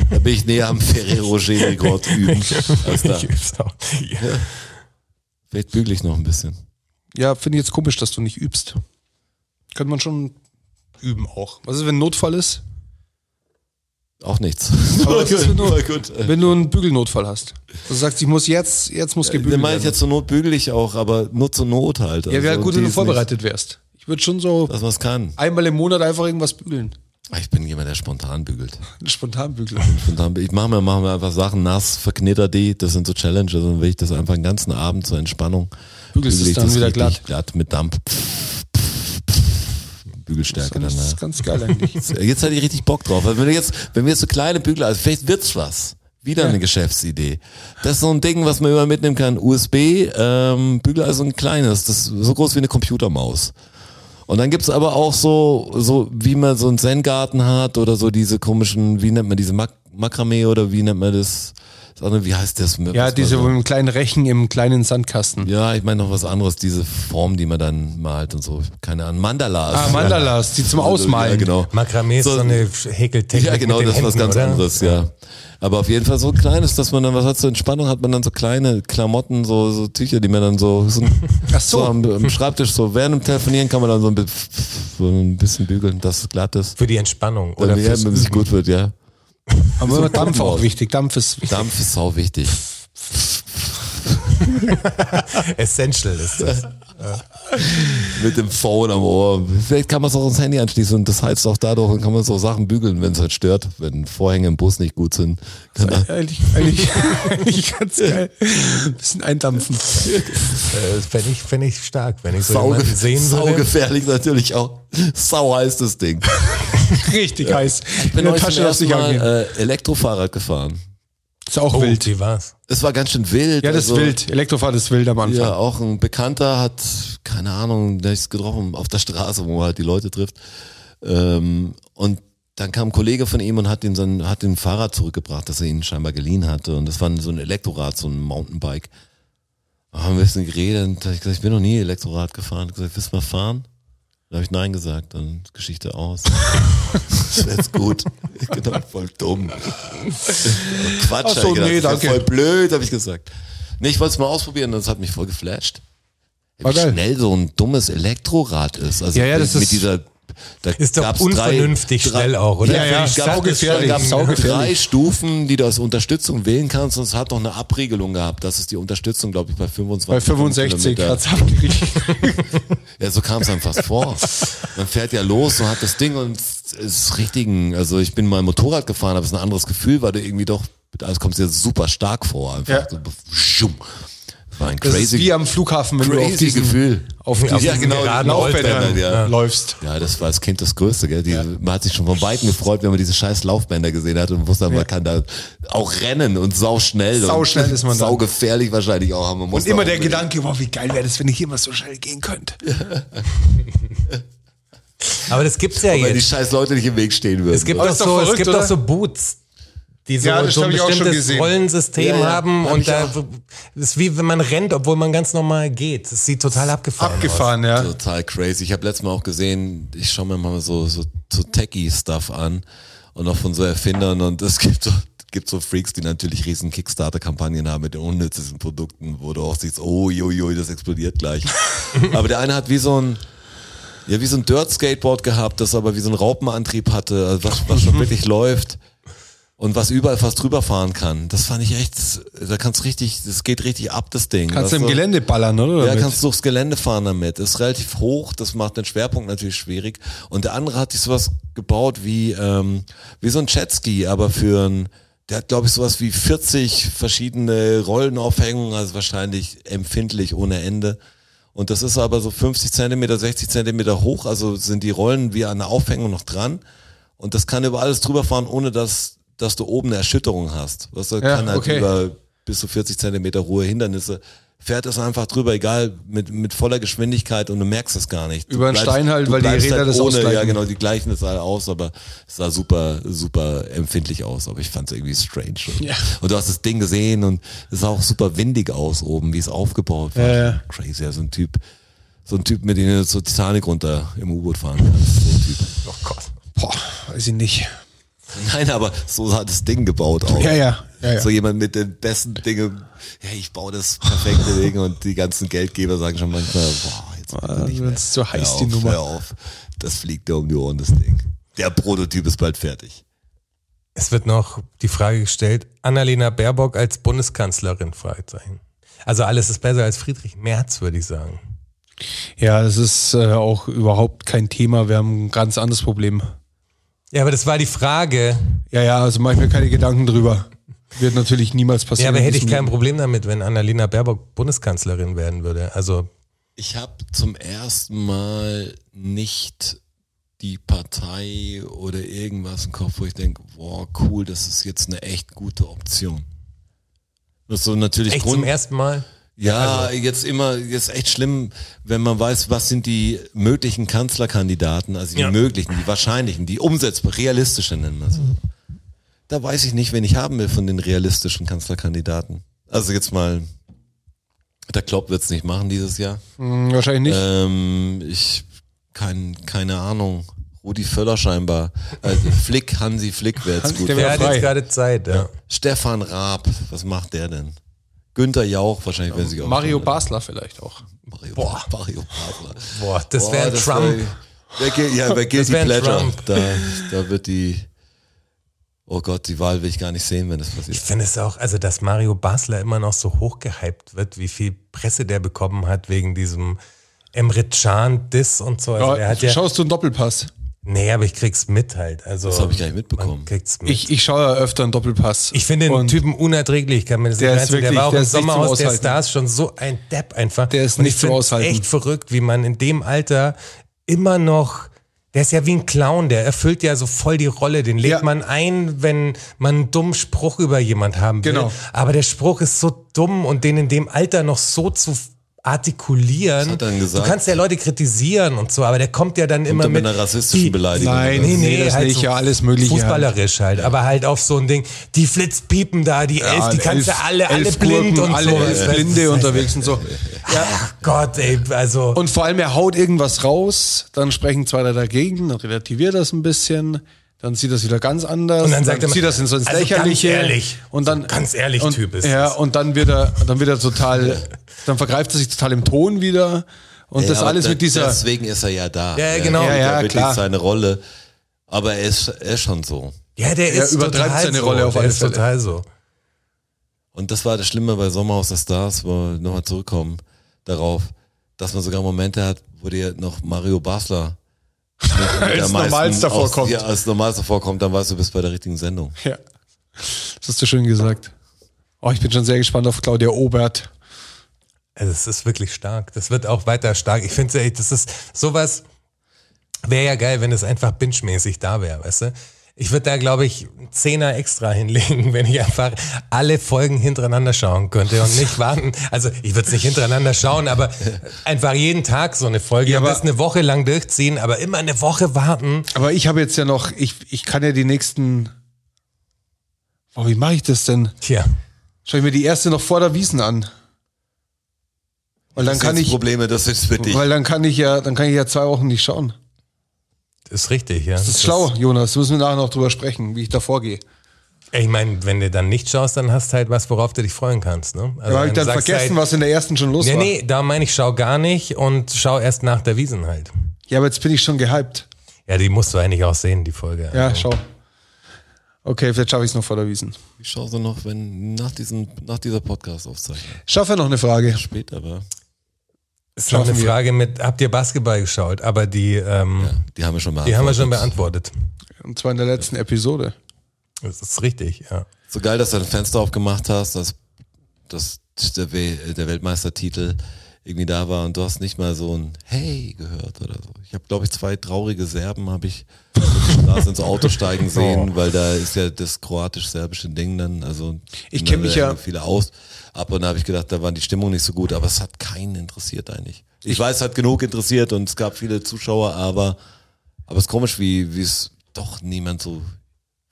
da bin ich näher am Ferrero Rocher-Rekord üben als
(laughs)
da.
Ich üb's auch. Ja.
Vielleicht bügel ich noch ein bisschen.
Ja, finde ich jetzt komisch, dass du nicht übst. Könnte man schon üben auch. Was ist, wenn ein Notfall ist?
Auch nichts.
Aber was ist, wenn du,
Voll gut.
wenn du einen Bügelnotfall hast? Also du sagst, ich muss jetzt, jetzt muss gebügelt
Dann meine
werden.
ich ja zur Not bügel ich auch, aber nur zur Not halt.
ja, wäre
Also,
gut,
die
wenn du
ist nicht,
vorbereitet wärst. Ich würde schon so
Dass man es kann. Ah,
einmal im Monat einfach irgendwas bügeln. (laughs)
Ich bin jemand, der spontan bügelt.
Spontan bügeln.
Und dann, ich mache mir, mach mir einfach Sachen nass, verknitter die, das sind so Challenges und will ich das einfach den ganzen Abend zur Entspannung.
Bügelst
bügel
es
ich
dann
das
wieder
richtig
glatt.
glatt mit Dampf. Bügelstärke
Das
dann. ne?
ist ganz geil
(laughs)
eigentlich.
Ja. äh, Jetzt hatte ich richtig Bock drauf. Also wenn, wir jetzt, wenn wir jetzt so kleine Bügel, also vielleicht wird's was. Wieder eine Geschäftsidee. Das ist so ein Ding, was man immer mitnehmen kann. USB, ähm, Bügel, also ein kleines, das ist so groß wie eine Computermaus. Und dann gibt's aber auch so, so, wie man so einen Zen-Garten hat oder so diese komischen, wie nennt man diese Mak Makramee oder wie nennt man das? das andere, wie heißt das?
Ja,
Was
diese
man
mit dem kleinen Rechen im kleinen Sandkasten.
so, ja, ich meine noch was anderes, diese Form, die man dann malt und so. Keine Ahnung, Mandalas.
Ah, Mandalas, die zum
Ja,
Ausmalen.
genau.
Makramee ist so,
So-
eine Häkeltechnik.
Ja, genau,
mit den
das ist was
Händen,
ganz
oder?
anderes, ja. Aber auf jeden Fall so ein kleines, dass man dann, was hat zur Entspannung, hat man dann so kleine Klamotten, so, so Tücher, die man dann so, so,
Ach so.
am, am Schreibtisch, so während dem Telefonieren kann man dann so ein, bi- so ein bisschen bügeln, dass es glatt ist.
Für die Entspannung. Oder
Damit ja,
fürs
wenn es gut wird, ja.
Aber
So
Dampf auch
Puppenhaus.
wichtig. Dampf ist wichtig.
Dampf ist sau wichtig.
Essential ist das.
Mit dem Phone am Ohr. Vielleicht kann man es auch ans Handy anschließen und das heizt auch dadurch und kann man so Sachen bügeln, wenn es halt stört, wenn Vorhänge im Bus nicht gut sind. Kann man-
Eigentlich, (laughs) eigentlich, eigentlich ganz geil. bisschen eindampfen.
Äh, Fände ich, fänd ich stark, wenn ich so
Sauge
jemanden sehen würde.
saugefährlich natürlich auch. Sau heißt das Ding.
Richtig heiß.
Ich bin
In
heute zum
darfst du
ersten
nicht
Mal
angehen.
äh, Elektrofahrrad gefahren.
Ist auch
Oh,
wild.
wie war's?
Es war ganz schön wild.
Ja, das ist
also,
wild. Elektrofahren ist wild am Anfang.
Ja, auch ein Bekannter hat, keine Ahnung, der ist getroffen auf der Straße, wo man halt die Leute trifft. Ähm, und dann kam ein Kollege von ihm und hat ihm sein, hat den Fahrrad zurückgebracht, das er ihn scheinbar geliehen hatte. Und das war so ein Elektrorad, so ein Mountainbike. Da haben wir ein bisschen geredet und da hab ich gesagt, ich bin noch nie Elektrorad gefahren. Ich hab gesagt, willst du mal fahren? Da habe ich Nein gesagt, dann
(laughs)
Geschichte aus. das wär jetzt gut. Genau, voll dumm. Quatsch,
Ach so,
hab ich gedacht.
nee,
Das wär
danke.
voll blöd, habe ich gesagt. Nee, ich wollte es mal ausprobieren, das hat mich voll geflasht.
War
Wie
geil.
schnell so ein dummes Elektrorad ist. Also
Ja, ja, das
mit
ist-
dieser da
Ist doch
gab's
unvernünftig
drei, drei,
schnell auch, oder?
Ja, ja,
gab's-
saugefährlich,
gab's
saugefährlich.
drei Stufen, die du als Unterstützung wählen kannst und es hat doch eine Abregelung gehabt. Das ist die Unterstützung, glaube ich, bei 25
Bei 65
Kilometer.
hat's
(laughs)
abgerichtet.
Ja, so kam es einem fast vor. Man fährt ja los und hat das Ding und es ist richtigen, also ich bin mal Motorrad gefahren, aber es ist ein anderes Gefühl, weil du irgendwie doch, mit alles kommst dir super stark vor. Einfach
Ja.
so, schum. War ein
Das ist
crazy,
wie am Flughafen, wenn du auf
crazy
diesen,
Gefühl.
auf
Ja,
diesen
genau,
geraden
die
Laufbändern
Laufbänder, ja.
läufst.
Ja, das war als Kind das Größte, gell? Die, Man hat sich schon von Weitem gefreut, wenn man diese scheiß Laufbänder gesehen hat und wusste, man kann da auch rennen und sauschnell.
Sauschnell
und
ist
(laughs)
man da.
Saugefährlich wahrscheinlich auch. aber Man muss
Und immer
da
der
unbedingt-
Gedanke, wow, wie geil wäre das, wenn ich hier mal so schnell gehen könnte.
Aber das gibt's ja
Wenn die
jetzt.
scheiß Leute nicht im Weg stehen würden.
Es gibt,
Aber
auch
ist doch
so, es
verrückt,
gibt
oder?
auch so Boots, die so,
Ja, das
so ein
hab ich auch schon
bestimmtes
gesehen.
Rollensystem
Ja, ja,
haben
hab
und
ich
da
auch.
das ist wie wenn man rennt, obwohl man ganz normal geht. Das sieht total abgefahren,
Abgefahren, ja.
Total crazy. Ich habe letztes Mal auch gesehen, ich schaue mir mal so, so, so Techie-Stuff an und auch von so Erfindern und es (laughs) gibt so gibt so Freaks, die natürlich riesen Kickstarter-Kampagnen haben mit den unnützesten Produkten, wo du auch siehst, oh, jo, jo, das explodiert gleich.
(laughs)
aber der eine hat wie so ein, ja, wie so ein Dirt-Skateboard gehabt, das aber wie so einen Raupenantrieb hatte, also was,
(laughs)
was schon wirklich läuft und was überall fast drüber fahren kann. Das fand ich echt, da kannst richtig, das geht richtig ab, das Ding.
Kannst du
Weißt
im
du?
Gelände ballern, oder?
Ja,
damit?
kannst du durchs Gelände fahren damit. Ist relativ hoch, das macht den Schwerpunkt natürlich schwierig. Und der andere hat sich sowas gebaut wie, ähm, wie so ein Jetski, aber für ein, der hat glaube ich sowas wie 40 verschiedene Rollenaufhängungen, also wahrscheinlich empfindlich ohne Ende. Und das ist aber so 50 Zentimeter, 60 Zentimeter hoch, also sind die Rollen wie an der Aufhängung noch dran. Und das kann über alles drüber fahren, ohne dass, dass du oben eine Erschütterung hast. Was du
Ja,
kann halt
okay.
über über bis zu 40 Zentimeter hohe Hindernisse, fährt es einfach drüber, egal, mit, mit voller Geschwindigkeit und du merkst es gar nicht. Du
Über den Stein halt,
du
weil die
bleibst
Räder das ausgleichen.
Ja, genau, die gleichen das alle aus, aber es sah super, super empfindlich aus, aber ich fand es irgendwie strange.
(laughs)
Und,
Ja.
und du hast das Ding gesehen und es sah auch super windig aus oben, wie es aufgebaut war.
Ja, ja.
Crazy, ja, so ein Typ, so ein Typ, mit dem du zur Titanic runter im U-Boot fahren kannst. (laughs) So ein typ.
Oh Gott.
Boah, weiß ich nicht.
Nein, aber so hat das Ding gebaut auch.
Ja, ja, ja, ja.
So jemand mit den besten Dingen, hey, ich baue das perfekte Ding und die ganzen Geldgeber sagen schon manchmal, boah, jetzt bitte
Ah,
nicht
wenn's
mehr.
zu heiß,
hör
die
auf,
Nummer.
Hör auf. Das fliegt dir um die Ohren, das Ding. Der Prototyp ist bald fertig.
Es wird noch die Frage gestellt, Annalena Baerbock als Bundeskanzlerin, Fragezeichen. Also alles ist besser als Friedrich Merz, würde ich sagen.
Ja, das ist äh, auch überhaupt kein Thema. Wir haben ein ganz anderes Problem.
Ja, aber das war die Frage.
Ja, ja, also mach ich mir keine Gedanken drüber. Wird natürlich niemals
Ja,
passieren.
aber
in
hätte ich
diesem
kein
Leben.
Problem damit, wenn Annalena Baerbock Bundeskanzlerin werden würde. Also
Ich habe zum ersten Mal nicht die Partei oder irgendwas im Kopf, wo ich denke, boah, cool, das ist jetzt eine echt gute Option. Das ist so natürlich
echt
Grund,
zum ersten Mal.
Ja,
Also.
jetzt immer, jetzt echt schlimm, wenn man weiß, was sind die möglichen Kanzlerkandidaten, also die
Ja.
möglichen, die wahrscheinlichen, die umsetzbar, realistischen nennen wir es.
Mhm.
Da weiß ich nicht, wen ich haben will von den realistischen Kanzlerkandidaten. Also jetzt mal, der Klopp wird's nicht machen dieses Jahr.
Hm, Wahrscheinlich nicht.
Ähm, ich, kein, keine Ahnung. Rudi Völler scheinbar.
(laughs)
Also Flick, Hansi Flick wär's
Hansi,
gut.
der wär
Der hat
frei.
jetzt gerade Zeit, ja.
Stefan Raab, was macht der denn? Günther Jauch wahrscheinlich, wenn sich auch
Äh, Mario Basler vielleicht auch.
Mario, Boah. Mario Basler.
Boah, das wäre
das
Trump.
wär- Wer, geht- ja, wer
Das
gilt die
wär ein
Pledger?
Trump.
Da, da wird die. Oh Gott, die Wahl will ich gar nicht sehen, wenn das passiert.
Ich finde es auch, also dass Mario Basler immer noch so hochgehypt wird, wie viel Presse der bekommen hat wegen diesem Emre Can Diss und so. Also der
Ja,
hat ja,
schaust du einen Doppelpass?
nee, aber ich krieg's mit halt. Also
Das hab ich gar nicht mitbekommen.
man Kriegt's mit. Ich,
Ich, ich schaue ja öfter einen Doppelpass.
ich finde den
Und
Typen unerträglich. Ich Kann mir das
Der
nicht
ist
reinziehen.
wirklich-
der war auch
der
im
ist nicht zum
Sommerhaus der
Aushalten.
Stars schon so ein Depp einfach.
Der ist
Und ich
nicht zum
find's
Aushalten.
Echt verrückt, wie man in dem Alter immer noch der ist ja wie ein Clown, der erfüllt ja so voll die Rolle. Den legt
Ja.
man ein, wenn man einen dummen Spruch über jemand haben will.
Genau.
Aber der Spruch ist so dumm und den in dem Alter noch so zu artikulieren.
Was hat er denn gesagt?
Du kannst ja Leute kritisieren und so, aber der kommt ja dann immer
dann mit
mit halt
einer rassistischen
die-
Beleidigung.
Nein,
oder?
nee, das nicht, ja, alles Mögliche
Fußballerisch halt, aber halt auf so ein Ding, die Flitzpiepen da, die Elf, die kannst du
elf-
alle, alle
elf
blind
Gurken,
und
alle
so.
elf Blinde unterwegs und so.
Ach Gott, ey, also.
Und vor allem, er haut irgendwas raus, dann sprechen zwei da dagegen, dann relativiert das ein bisschen, dann sieht das wieder ganz anders.
Und dann sagt er mal,
zieht das ins sonst
also ganz
Lächerliche.
ehrlich,
und dann,
ganz ehrlich
und,
Typ ist
Ja,
das.
und dann wird er, dann wird er total, dann vergreift er sich total im Ton wieder. Und das
aber
alles
da-
mit dieser.
Deswegen ist er ja da.
Ja, genau.
Ja,
Er
ja,
ja, wirklich
klar.
seine Rolle. Aber er ist, er ist schon so.
ja, der
er
ist
übertreibt
total
seine
so,
Rolle auf
der
alle
ist
Fälle.
total so.
Und das war das Schlimme bei Sommerhaus der Stars, wo wir nochmal zurückkommen darauf, dass man sogar Momente hat, wo dir noch Mario Basler
Als
als
normalster vorkommt.
Ja, als normalster vorkommt, dann weißt du, du bist bei der richtigen Sendung.
Ja. Das hast du schön gesagt. Oh, ich bin schon sehr gespannt auf Claudia Obert.
Also es ist wirklich stark. Das wird auch weiter stark. Ich finde es, das ist sowas, wäre ja geil, wenn es einfach binge-mäßig da wäre, weißt du? Ich würde da, glaube ich, einen Zehner extra (laughs) hinlegen, wenn ich einfach alle Folgen hintereinander schauen könnte und nicht warten. Also ich würde es nicht hintereinander schauen, aber einfach jeden Tag so eine Folge.
Ja,
Ja,
aber-
das eine Woche lang durchziehen, aber immer eine Woche warten.
Aber ich habe jetzt ja noch, ich, ich kann ja die nächsten. Oh, wie mache ich das denn?
Tja,
Schau ich mir die erste noch vor der Wiesen an. Weil dann
Das
kann
sind
ich,
Probleme, das ist für dich.
weil dann kann ich ja, dann kann ich ja zwei Wochen nicht schauen.
ist richtig, ja.
Das ist schlau, Jonas. Da müssen wir nachher noch drüber sprechen, wie ich da vorgehe.
Ich meine, wenn du dann nicht schaust, dann hast du halt was, worauf du dich freuen kannst. Ne? Also
Da habe ich dann
sagst du
vergessen,
halt,
was in der ersten schon los
Nee,
war.
nee, da meine ich, schau gar nicht und schau erst nach der Wiesen halt.
Ja, aber jetzt bin ich schon gehypt.
Ja, die musst du eigentlich auch sehen, die Folge.
Ja,
Also,
schau. Okay, vielleicht schaffe ich es noch vor der Wiesen.
Ich schaue so noch, wenn nach, diesem, nach dieser Podcast-Aufzeichnung.
Schaffe ja noch eine Frage.
Später, aber
Ist noch eine
schaffen wir.
Frage mit, habt ihr Basketball geschaut? Aber die, ähm,
die haben wir schon beantwortet.
die haben wir schon beantwortet.
Und zwar in der letzten Episode.
Das ist richtig, ja.
So geil, dass du ein Fenster aufgemacht hast, dass, dass der, We- der Weltmeistertitel irgendwie da war und du hast nicht mal so ein Hey gehört oder so. Ich habe, glaube ich, zwei traurige Serben habe ich
(laughs)
da ins Auto
Oh.
steigen sehen, weil da ist ja das kroatisch-serbische Ding dann, also
Ich kenn mich ja-
viele aus. Ab und da habe ich gedacht, da waren die Stimmung nicht so gut, aber es hat keinen interessiert eigentlich. Ich weiß, es hat genug interessiert und es gab viele Zuschauer, aber aber es ist komisch, wie wie es doch niemand so,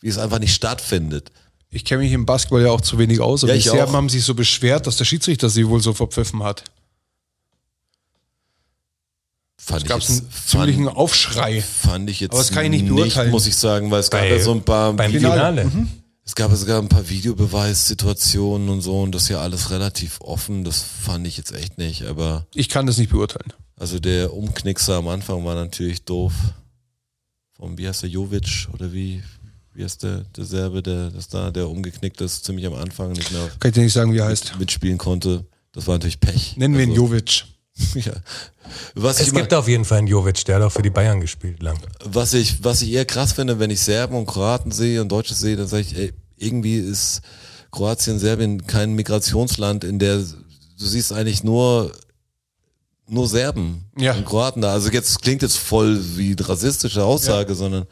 wie es einfach nicht stattfindet.
Ich kenne mich im Basketball ja auch zu wenig aus. Aber
Ja,
die
ich
Serben
auch.
haben sich so beschwert, dass der Schiedsrichter sie wohl so verpfiffen hat.
Fand
Es
ich
gab
jetzt-
einen ziemlichen
fand,
Aufschrei.
fand ich jetzt
Aber das kann ich nicht beurteilen.
muss ich sagen, weil es gab
Bei-
ja so ein paar
Beim
Video,
Finale.
Finale.
es gab ja sogar ein paar Videobeweissituationen und so und das ist ja alles relativ offen, das fand ich jetzt echt nicht, aber
Ich kann das nicht beurteilen.
also der Umknickser am Anfang war natürlich doof. Vom wie heißt der Jovic oder wie wie heißt der der Serbe, der das da der umgeknickt ist ziemlich am Anfang nicht mehr
Kann ich dir nicht sagen, wie er heißt.
mitspielen konnte. Das war natürlich Pech.
Nennen wir ihn
Also,
Jovic.
ja. Was ich
Es
immer-
gibt auf jeden Fall einen Jovic, der hat auch für die Bayern gespielt lang.
was ich, was ich eher krass finde, wenn ich Serben und Kroaten sehe und Deutsche sehe, dann sage ich, ey, irgendwie ist Kroatien, Serbien kein Migrationsland, in der du siehst eigentlich nur nur Serben
Ja.
und Kroaten da. Also jetzt klingt jetzt voll wie rassistische Aussage, sondern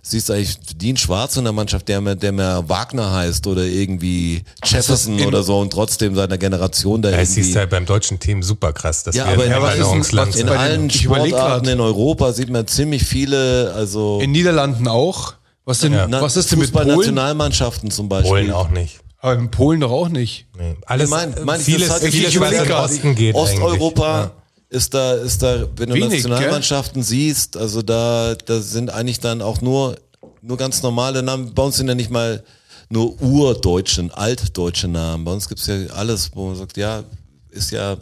siehst eigentlich die einen Schwarzen in der Mannschaft, der mehr, der mehr Wagner heißt oder irgendwie Jefferson
in-
oder so und trotzdem seiner Generation da
Das siehst
irgendwie.
du halt beim deutschen Team super krass, dass
Ja,
wir
aber
ein
ja, was ist denn-
Einwanderungsland
was ist
in
sind.
bei den-
allen
ich überleg
Sportarten
grad.
in Europa sieht man ziemlich viele, also
In Niederlanden auch. Was, denn,
oh. Ja.
was ist denn mit Polen?
Fußballnationalmannschaften zum Beispiel?
Polen auch nicht.
Aber in Polen doch auch nicht. (laughs)
Nee. Alles,
Ich mein- mein,
vieles,
das hat-
ich
vieles, was in
überleg
den
grad.
Osten geht
Osteuropa
eigentlich.
ist da, ist da, wenn du
Wenig,
Nationalmannschaften siehst, also da, da sind eigentlich dann auch nur, nur ganz normale Namen. Bei uns sind ja nicht mal nur urdeutschen, altdeutsche Namen. Bei uns gibt's ja alles, wo man sagt, ja, ist ja,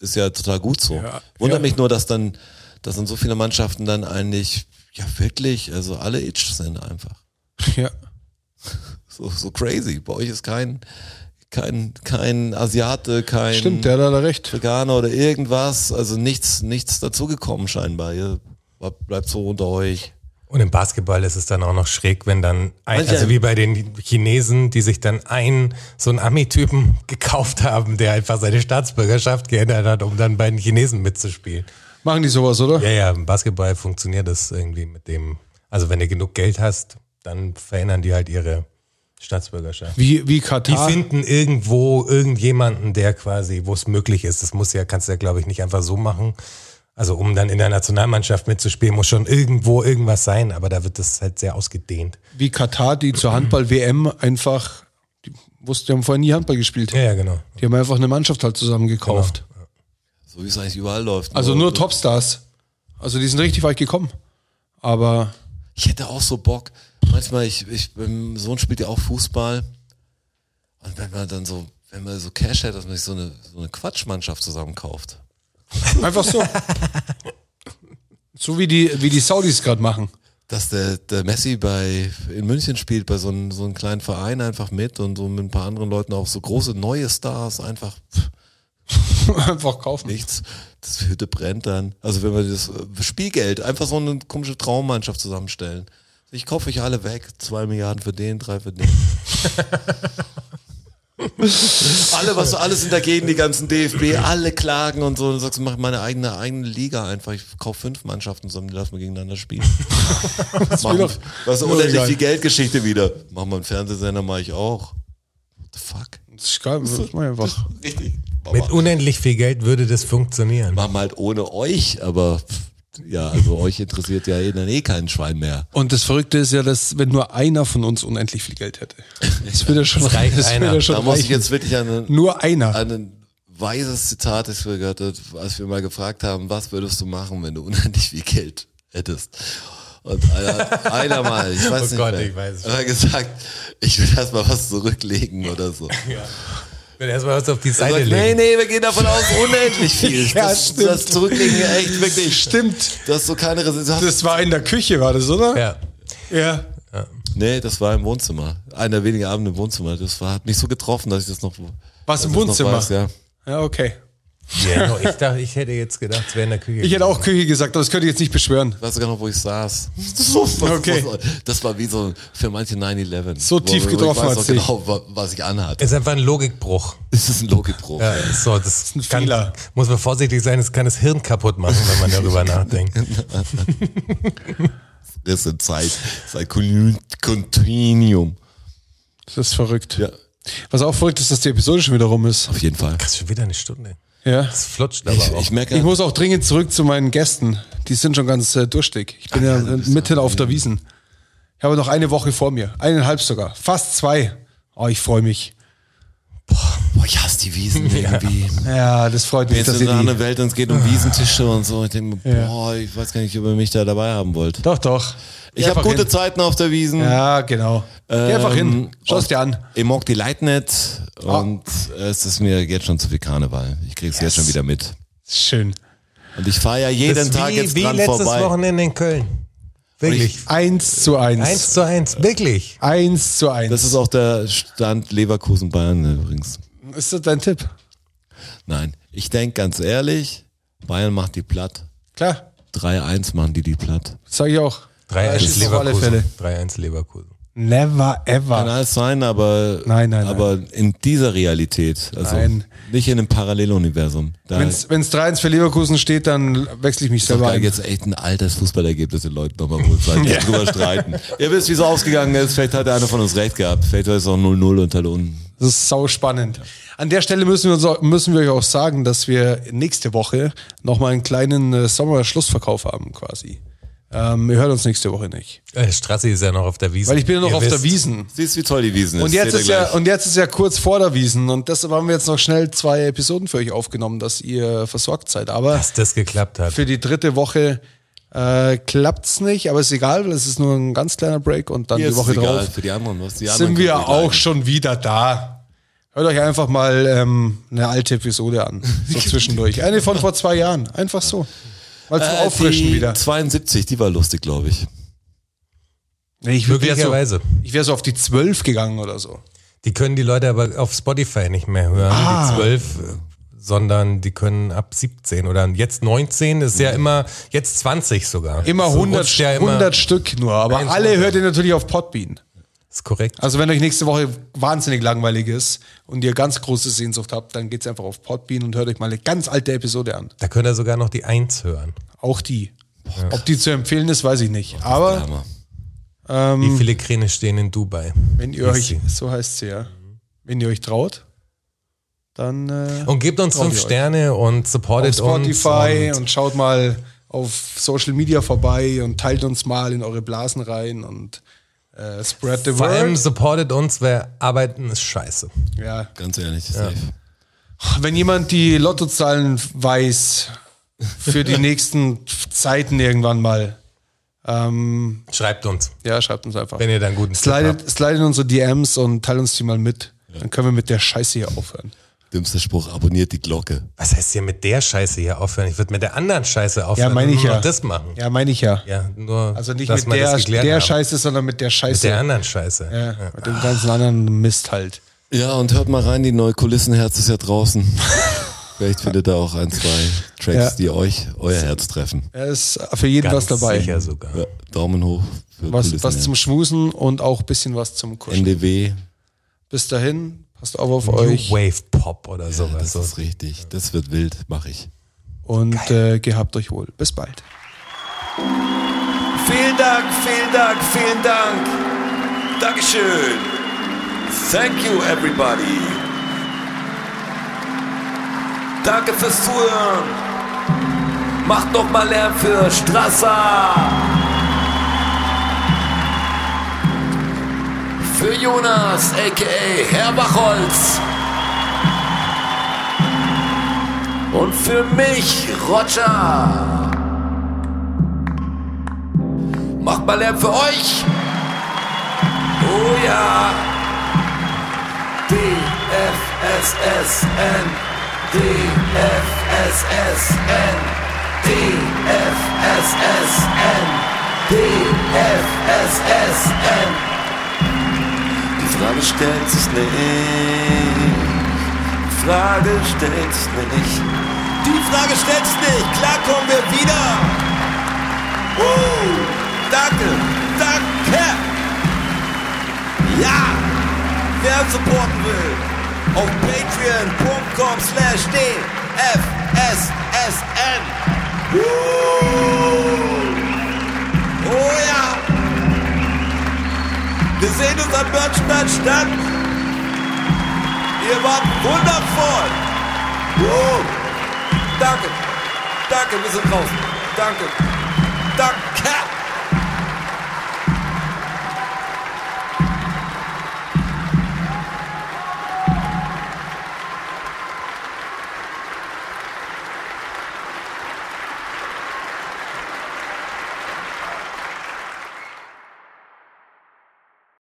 ist ja total gut so. Wundert mich nur, dass dann, dass dann so viele Mannschaften dann eigentlich, ja wirklich, also alle itch sind einfach.
Ja.
So, so crazy. Bei euch ist kein, kein, kein Asiate,
Ähm,
kein
Stimmt, der hat da recht.
Veganer oder irgendwas. Also nichts, nichts dazugekommen scheinbar. Ihr bleib- bleibt so unter euch.
Und im Basketball ist es dann auch noch schräg, wenn dann ein,
Manche-
also wie bei den Chinesen, die sich dann einen, so einen Ami-Typen (laughs) gekauft haben, der einfach seine Staatsbürgerschaft geändert hat, um dann bei den Chinesen mitzuspielen.
Machen die sowas, oder?
Ja, ja, im Basketball funktioniert das irgendwie mit dem, also wenn du genug Geld hast, dann verändern die halt ihre Staatsbürgerschaft.
Wie, wie
Die
Katar.
finden irgendwo irgendjemanden, der quasi, wo es möglich ist. Das muss ja, kannst du ja, glaube ich, nicht einfach so machen. Also um dann in der Nationalmannschaft mitzuspielen, muss schon irgendwo irgendwas sein, aber da wird das halt sehr ausgedehnt.
wie Katar, die zur Handball-WM einfach, die wussten, die haben vorher nie Handball gespielt.
Ja, Genau. ja, genau.
Die haben einfach eine Mannschaft halt zusammen gekauft.
So wie es eigentlich überall läuft.
Also nur Topstars. Also die sind richtig weit gekommen. Aber
Ich hätte auch so Bock. Manchmal, ich, ich, mein Sohn spielt ja auch Fußball. Und wenn man dann so, wenn man so Cash hat, dass man sich so eine, so eine Quatschmannschaft zusammenkauft.
einfach
(laughs)
so. so wie die, wie die Saudis gerade machen. (laughs)
dass der, der Messi bei in München spielt, bei so einem so einem kleinen Verein einfach mit und so mit ein paar anderen Leuten auch so große neue Stars einfach pff,
einfach kaufen.
nichts. Das Hütte brennt dann. Also wenn wir das äh, Spielgeld, einfach so eine komische Traummannschaft zusammenstellen.
(laughs)
Ich kaufe euch alle weg, zwei Milliarden für den, drei für den. Alle, was alle sind dagegen, die ganzen DFB, alle klagen und so. Und du sagst, mach meine eigene eigene Liga einfach. Ich kauf fünf Mannschaften zusammen, die lassen wir
(laughs)
gegeneinander spielen. das
mir doch-
das
mir doch
ist unendlich
egal.
die Geldgeschichte wieder. Mach mal einen Fernsehsender, mach ich auch. What the fuck?
Das ist geil, das mach ich einfach.
Richtig.
Mit unendlich viel Geld würde das funktionieren.
Machen wir halt ohne euch, aber pff, ja, also euch interessiert ja eh dann eh kein Schwein mehr.
Und das Verrückte ist ja, dass wenn nur einer von uns unendlich viel Geld hätte. Das würde ja schon
Das
reichen.
reicht
Das würde
einer.
ja schon
Da muss ich
reichen.
jetzt Also- wirklich an einen,
Nur einer.
an ein weises Zitat, das wir gehört haben, als wir mal gefragt haben, was würdest du machen, wenn du (laughs) unendlich viel Geld hättest? Und einer, einer mal, ich weiß
Oh
nicht
Gott,
mehr,
ich weiß es
hat er gesagt, ich will erstmal was zurücklegen
(laughs)
oder so.
Ich will erstmal was auf die
Er
Seite
sagt,
legen.
nee, nee, wir gehen davon aus,
(laughs)
unendlich viel.
Ja,
das,
stimmt.
das Zurücklegen echt wirklich.
Stimmt.
Du hast so keine Resistance.
Das war in der Küche, war das, oder?
Ja.
ja.
Nee, das war im Wohnzimmer. Einer der wenigen Abende im Wohnzimmer. Das war, hat mich so getroffen, dass ich das noch.
Was
dass
im
ich das noch
Wohnzimmer?
Weiß, ja.
Ja, okay.
Ja, no, ich, dachte, ich hätte jetzt gedacht, es wäre in der Küche.
Ich hätte auch Küche gesagt, aber das könnte ich jetzt nicht beschwören.
Ich weiß sogar noch, wo ich saß. (laughs) So, was-
Okay.
was- Das war wie so für manche 9-11.
So
Wo-
tief
wo
getroffen
Ich weiß
hat's
noch
dich.
genau, wa- was ich anhatte.
ist einfach ein Logikbruch.
Es ist ein Logikbruch.
Ja, so, das,
ein
kann,
Fehler.
muss man vorsichtig sein, das kann das Hirn kaputt machen, wenn man darüber nachdenkt.
(laughs) Das ist eine Zeit. Das ist ein Kon- Continuum.
Das ist verrückt.
Ja,
Was auch verrückt ist, dass die Episode schon wieder rum ist.
auf jeden Fall.
Das ist schon wieder eine Stunde.
Ja.
Das flutscht aber
Ich,
auch.
ich merke,
Ich muss auch dringend zurück zu meinen Gästen. Die sind schon ganz äh, durstig. Ich bin ja, äh, mitten auf der Wiesen. Ich habe noch eine Woche vor mir. Eineinhalb sogar. Fast zwei. Oh, ich freue mich.
boah, ich hasse die Wiesen irgendwie.
(laughs) Ja, das freut mich,
Jetzt
dass
in
ihr
eine andere
die...
Welt und es geht um Wiesentische und so. Ich denke, mir,
Ja.
boah, ich weiß gar nicht, ob ihr mich da dabei haben wollt.
Doch, doch.
Ich
Geh
habe
einfach
gute
hin.
Zeiten Ähm, auf der Wiesen.
Ja, genau. Geh einfach hin. Schau es dir an.
Ich mag die Leute nicht
Ah.
und es ist mir jetzt schon zu viel Karneval. Ich krieg's jetzt schon wieder mit.
Schön.
Und ich fahre ja
Das
jeden
ist
Tag
wie,
jetzt
wie
dran
letztes
vorbei.
Wochenende in Köln. Wirklich.
Eins zu eins.
Eins zu eins, wirklich.
Eins zu eins.
Das ist auch der Stand Leverkusen Bayern übrigens.
ist das dein Tipp?
Nein, ich denk ganz ehrlich, Bayern macht die platt.
Klar,
3-1 machen die die platt.
das sage ich auch. Ja,
3-1
schießt auf alle
Leverkusen.
Fälle.
3-1 Leverkusen.
Never
Kann
ever.
alles sein, aber
Nein, nein,
aber in dieser Realität, also
Nein.
nicht in einem Paralleluniversum. Da
Wenn es 3-1 für Leverkusen steht, dann wechsle ich mich
Ist doch
selber
geil,
ein.
jetzt echt ein altes Fußballergebnis den Leuten nochmal wohl
(laughs)
sein, die drüber streiten. Ihr wisst, wie es ausgegangen ist. Vielleicht hat einer von uns recht gehabt. Vielleicht war es auch 0-0 unter Lohn.
Das ist sau spannend. An der Stelle müssen wir, uns auch, müssen wir euch auch sagen, dass wir nächste Woche nochmal einen kleinen äh, Sommerschlussverkauf haben quasi. Ähm, ihr hört uns nächste Woche nicht.
Äh, Strassi ist ja noch auf der Wiese.
Weil ich bin ja noch
Ihr
auf der
wisst,
Wiesen.
Siehst, wie toll die Wiesen ist.
Und jetzt
Seht ihr
ist, ja,
gleich.
und jetzt ist ja kurz vor der Wiesen und deshalb haben wir jetzt noch schnell zwei Episoden für euch aufgenommen, dass ihr versorgt seid. Aber
Dass das geklappt hat.
für die dritte Woche äh, klappt's nicht, aber ist egal, weil es ist nur ein ganz kleiner Break und dann
Mir ist
die Woche
es egal
drauf
Für die anderen, was die anderen
sind wir
können
auch
leiden.
schon wieder da. Hört euch einfach mal ähm, eine alte Episode an,
(laughs)
so zwischendurch. Eine von vor zwei Jahren, einfach so. Mal zum
Äh,
Auffrischen
die
wieder.
72, die war lustig, glaube ich.
Nee, ich wär so,
Möglicherweise.
ich wäre so auf die zwölf gegangen oder so.
Die können die Leute aber auf Spotify nicht mehr hören,
Ah.
die 12, äh, sondern die können ab 17 oder jetzt 19, ist ja immer, jetzt 20 sogar.
Mhm. Immer
So
100,
rutscht ja immer-
100 Stück nur, aber
Eins
alle
runter.
hört ihr natürlich auf Podbean.
Ist korrekt.
Also wenn euch nächste Woche wahnsinnig langweilig ist und ihr ganz große Sehnsucht habt, dann geht's einfach auf Podbean und hört euch mal eine ganz alte Episode an.
Da könnt ihr sogar noch die 1 hören.
Auch die. Ob die zu empfehlen ist, weiß ich nicht. Aber
Hammer.
Ähm.
Wie viele Kräne stehen in Dubai?
Wenn ihr euch, so heißt sie ja, wenn ihr euch traut, dann äh,
Und gebt uns
Traut
fünf
ihr euch.
Sterne und
auf
supportet uns.
Spotify und,
und
schaut mal auf Social Media vorbei und teilt uns mal in eure Blasen rein und äh, spread the
vor allem
word.
supportet uns, weil arbeiten ist scheiße.
Ja.
Ganz ehrlich, safe.
Wenn jemand die Lottozahlen weiß für
(laughs)
die nächsten Zeiten irgendwann mal, ähm,
Schreibt uns,
ja, schreibt uns einfach.
wenn ihr dann guten Tipp habt.
Slidet, slidet in unsere DMs und teilt uns die mal mit. Dann können wir mit der Scheiße hier aufhören.
Dümmster Spruch, abonniert die Glocke.
Was heißt hier mit der Scheiße hier aufhören? Ich würde mit der anderen Scheiße aufhören.
Ja, meine
und
ich
nur
ja.
noch das machen.
Ja, meine ich ja.
Ja, nur,
Also nicht
dass
mit
wir
der,
das geklärt
der
haben.
Scheiße, sondern mit der Scheiße.
Der anderen Scheiße.
ja, mit dem ganzen anderen Mist halt.
Ja, und hört mal rein, die neue Kulissenherz ist
(laughs)
ja draußen. Vielleicht findet ihr auch ein, zwei Tracks,
Ja.
die euch euer Herz treffen.
Er ist für jeden
Ganz
was dabei.
Sicher sogar.
Ja, Daumen hoch für
Was, was
Kulissenherz.
zum Schmusen und auch ein bisschen was zum Kuscheln.
NDW,
Bis dahin, Passt auf auf
New
euch
Wave Pop oder sowas.
Das
So.
ist richtig. Das wird wild, mache ich.
und äh, gehabt euch wohl. Bis bald.
Vielen Dank, vielen Dank, vielen Dank. Dankeschön. Thank you, everybody. Danke fürs Zuhören. Macht noch mal Lärm für Strasser. Für Jonas, a.k.a. Herr Bachholz. Und für mich, Roger. Macht mal Lärm für euch. Oh ja. DFSSN. DFSSN. DFSSN. DFSSN. Die Frage stellt sich nicht. Die Frage stellt sich nicht. Die Frage stellt sich nicht. Klar kommen wir wieder. Uh, danke, danke. Ja, wer uns supporten will, auf patreon.com slash dfssn. Uh, oh ja. Wir sehen uns am Börnstein statt. Ihr wart wundervoll. Uh, danke, danke, wir sind draußen. Danke. Danke.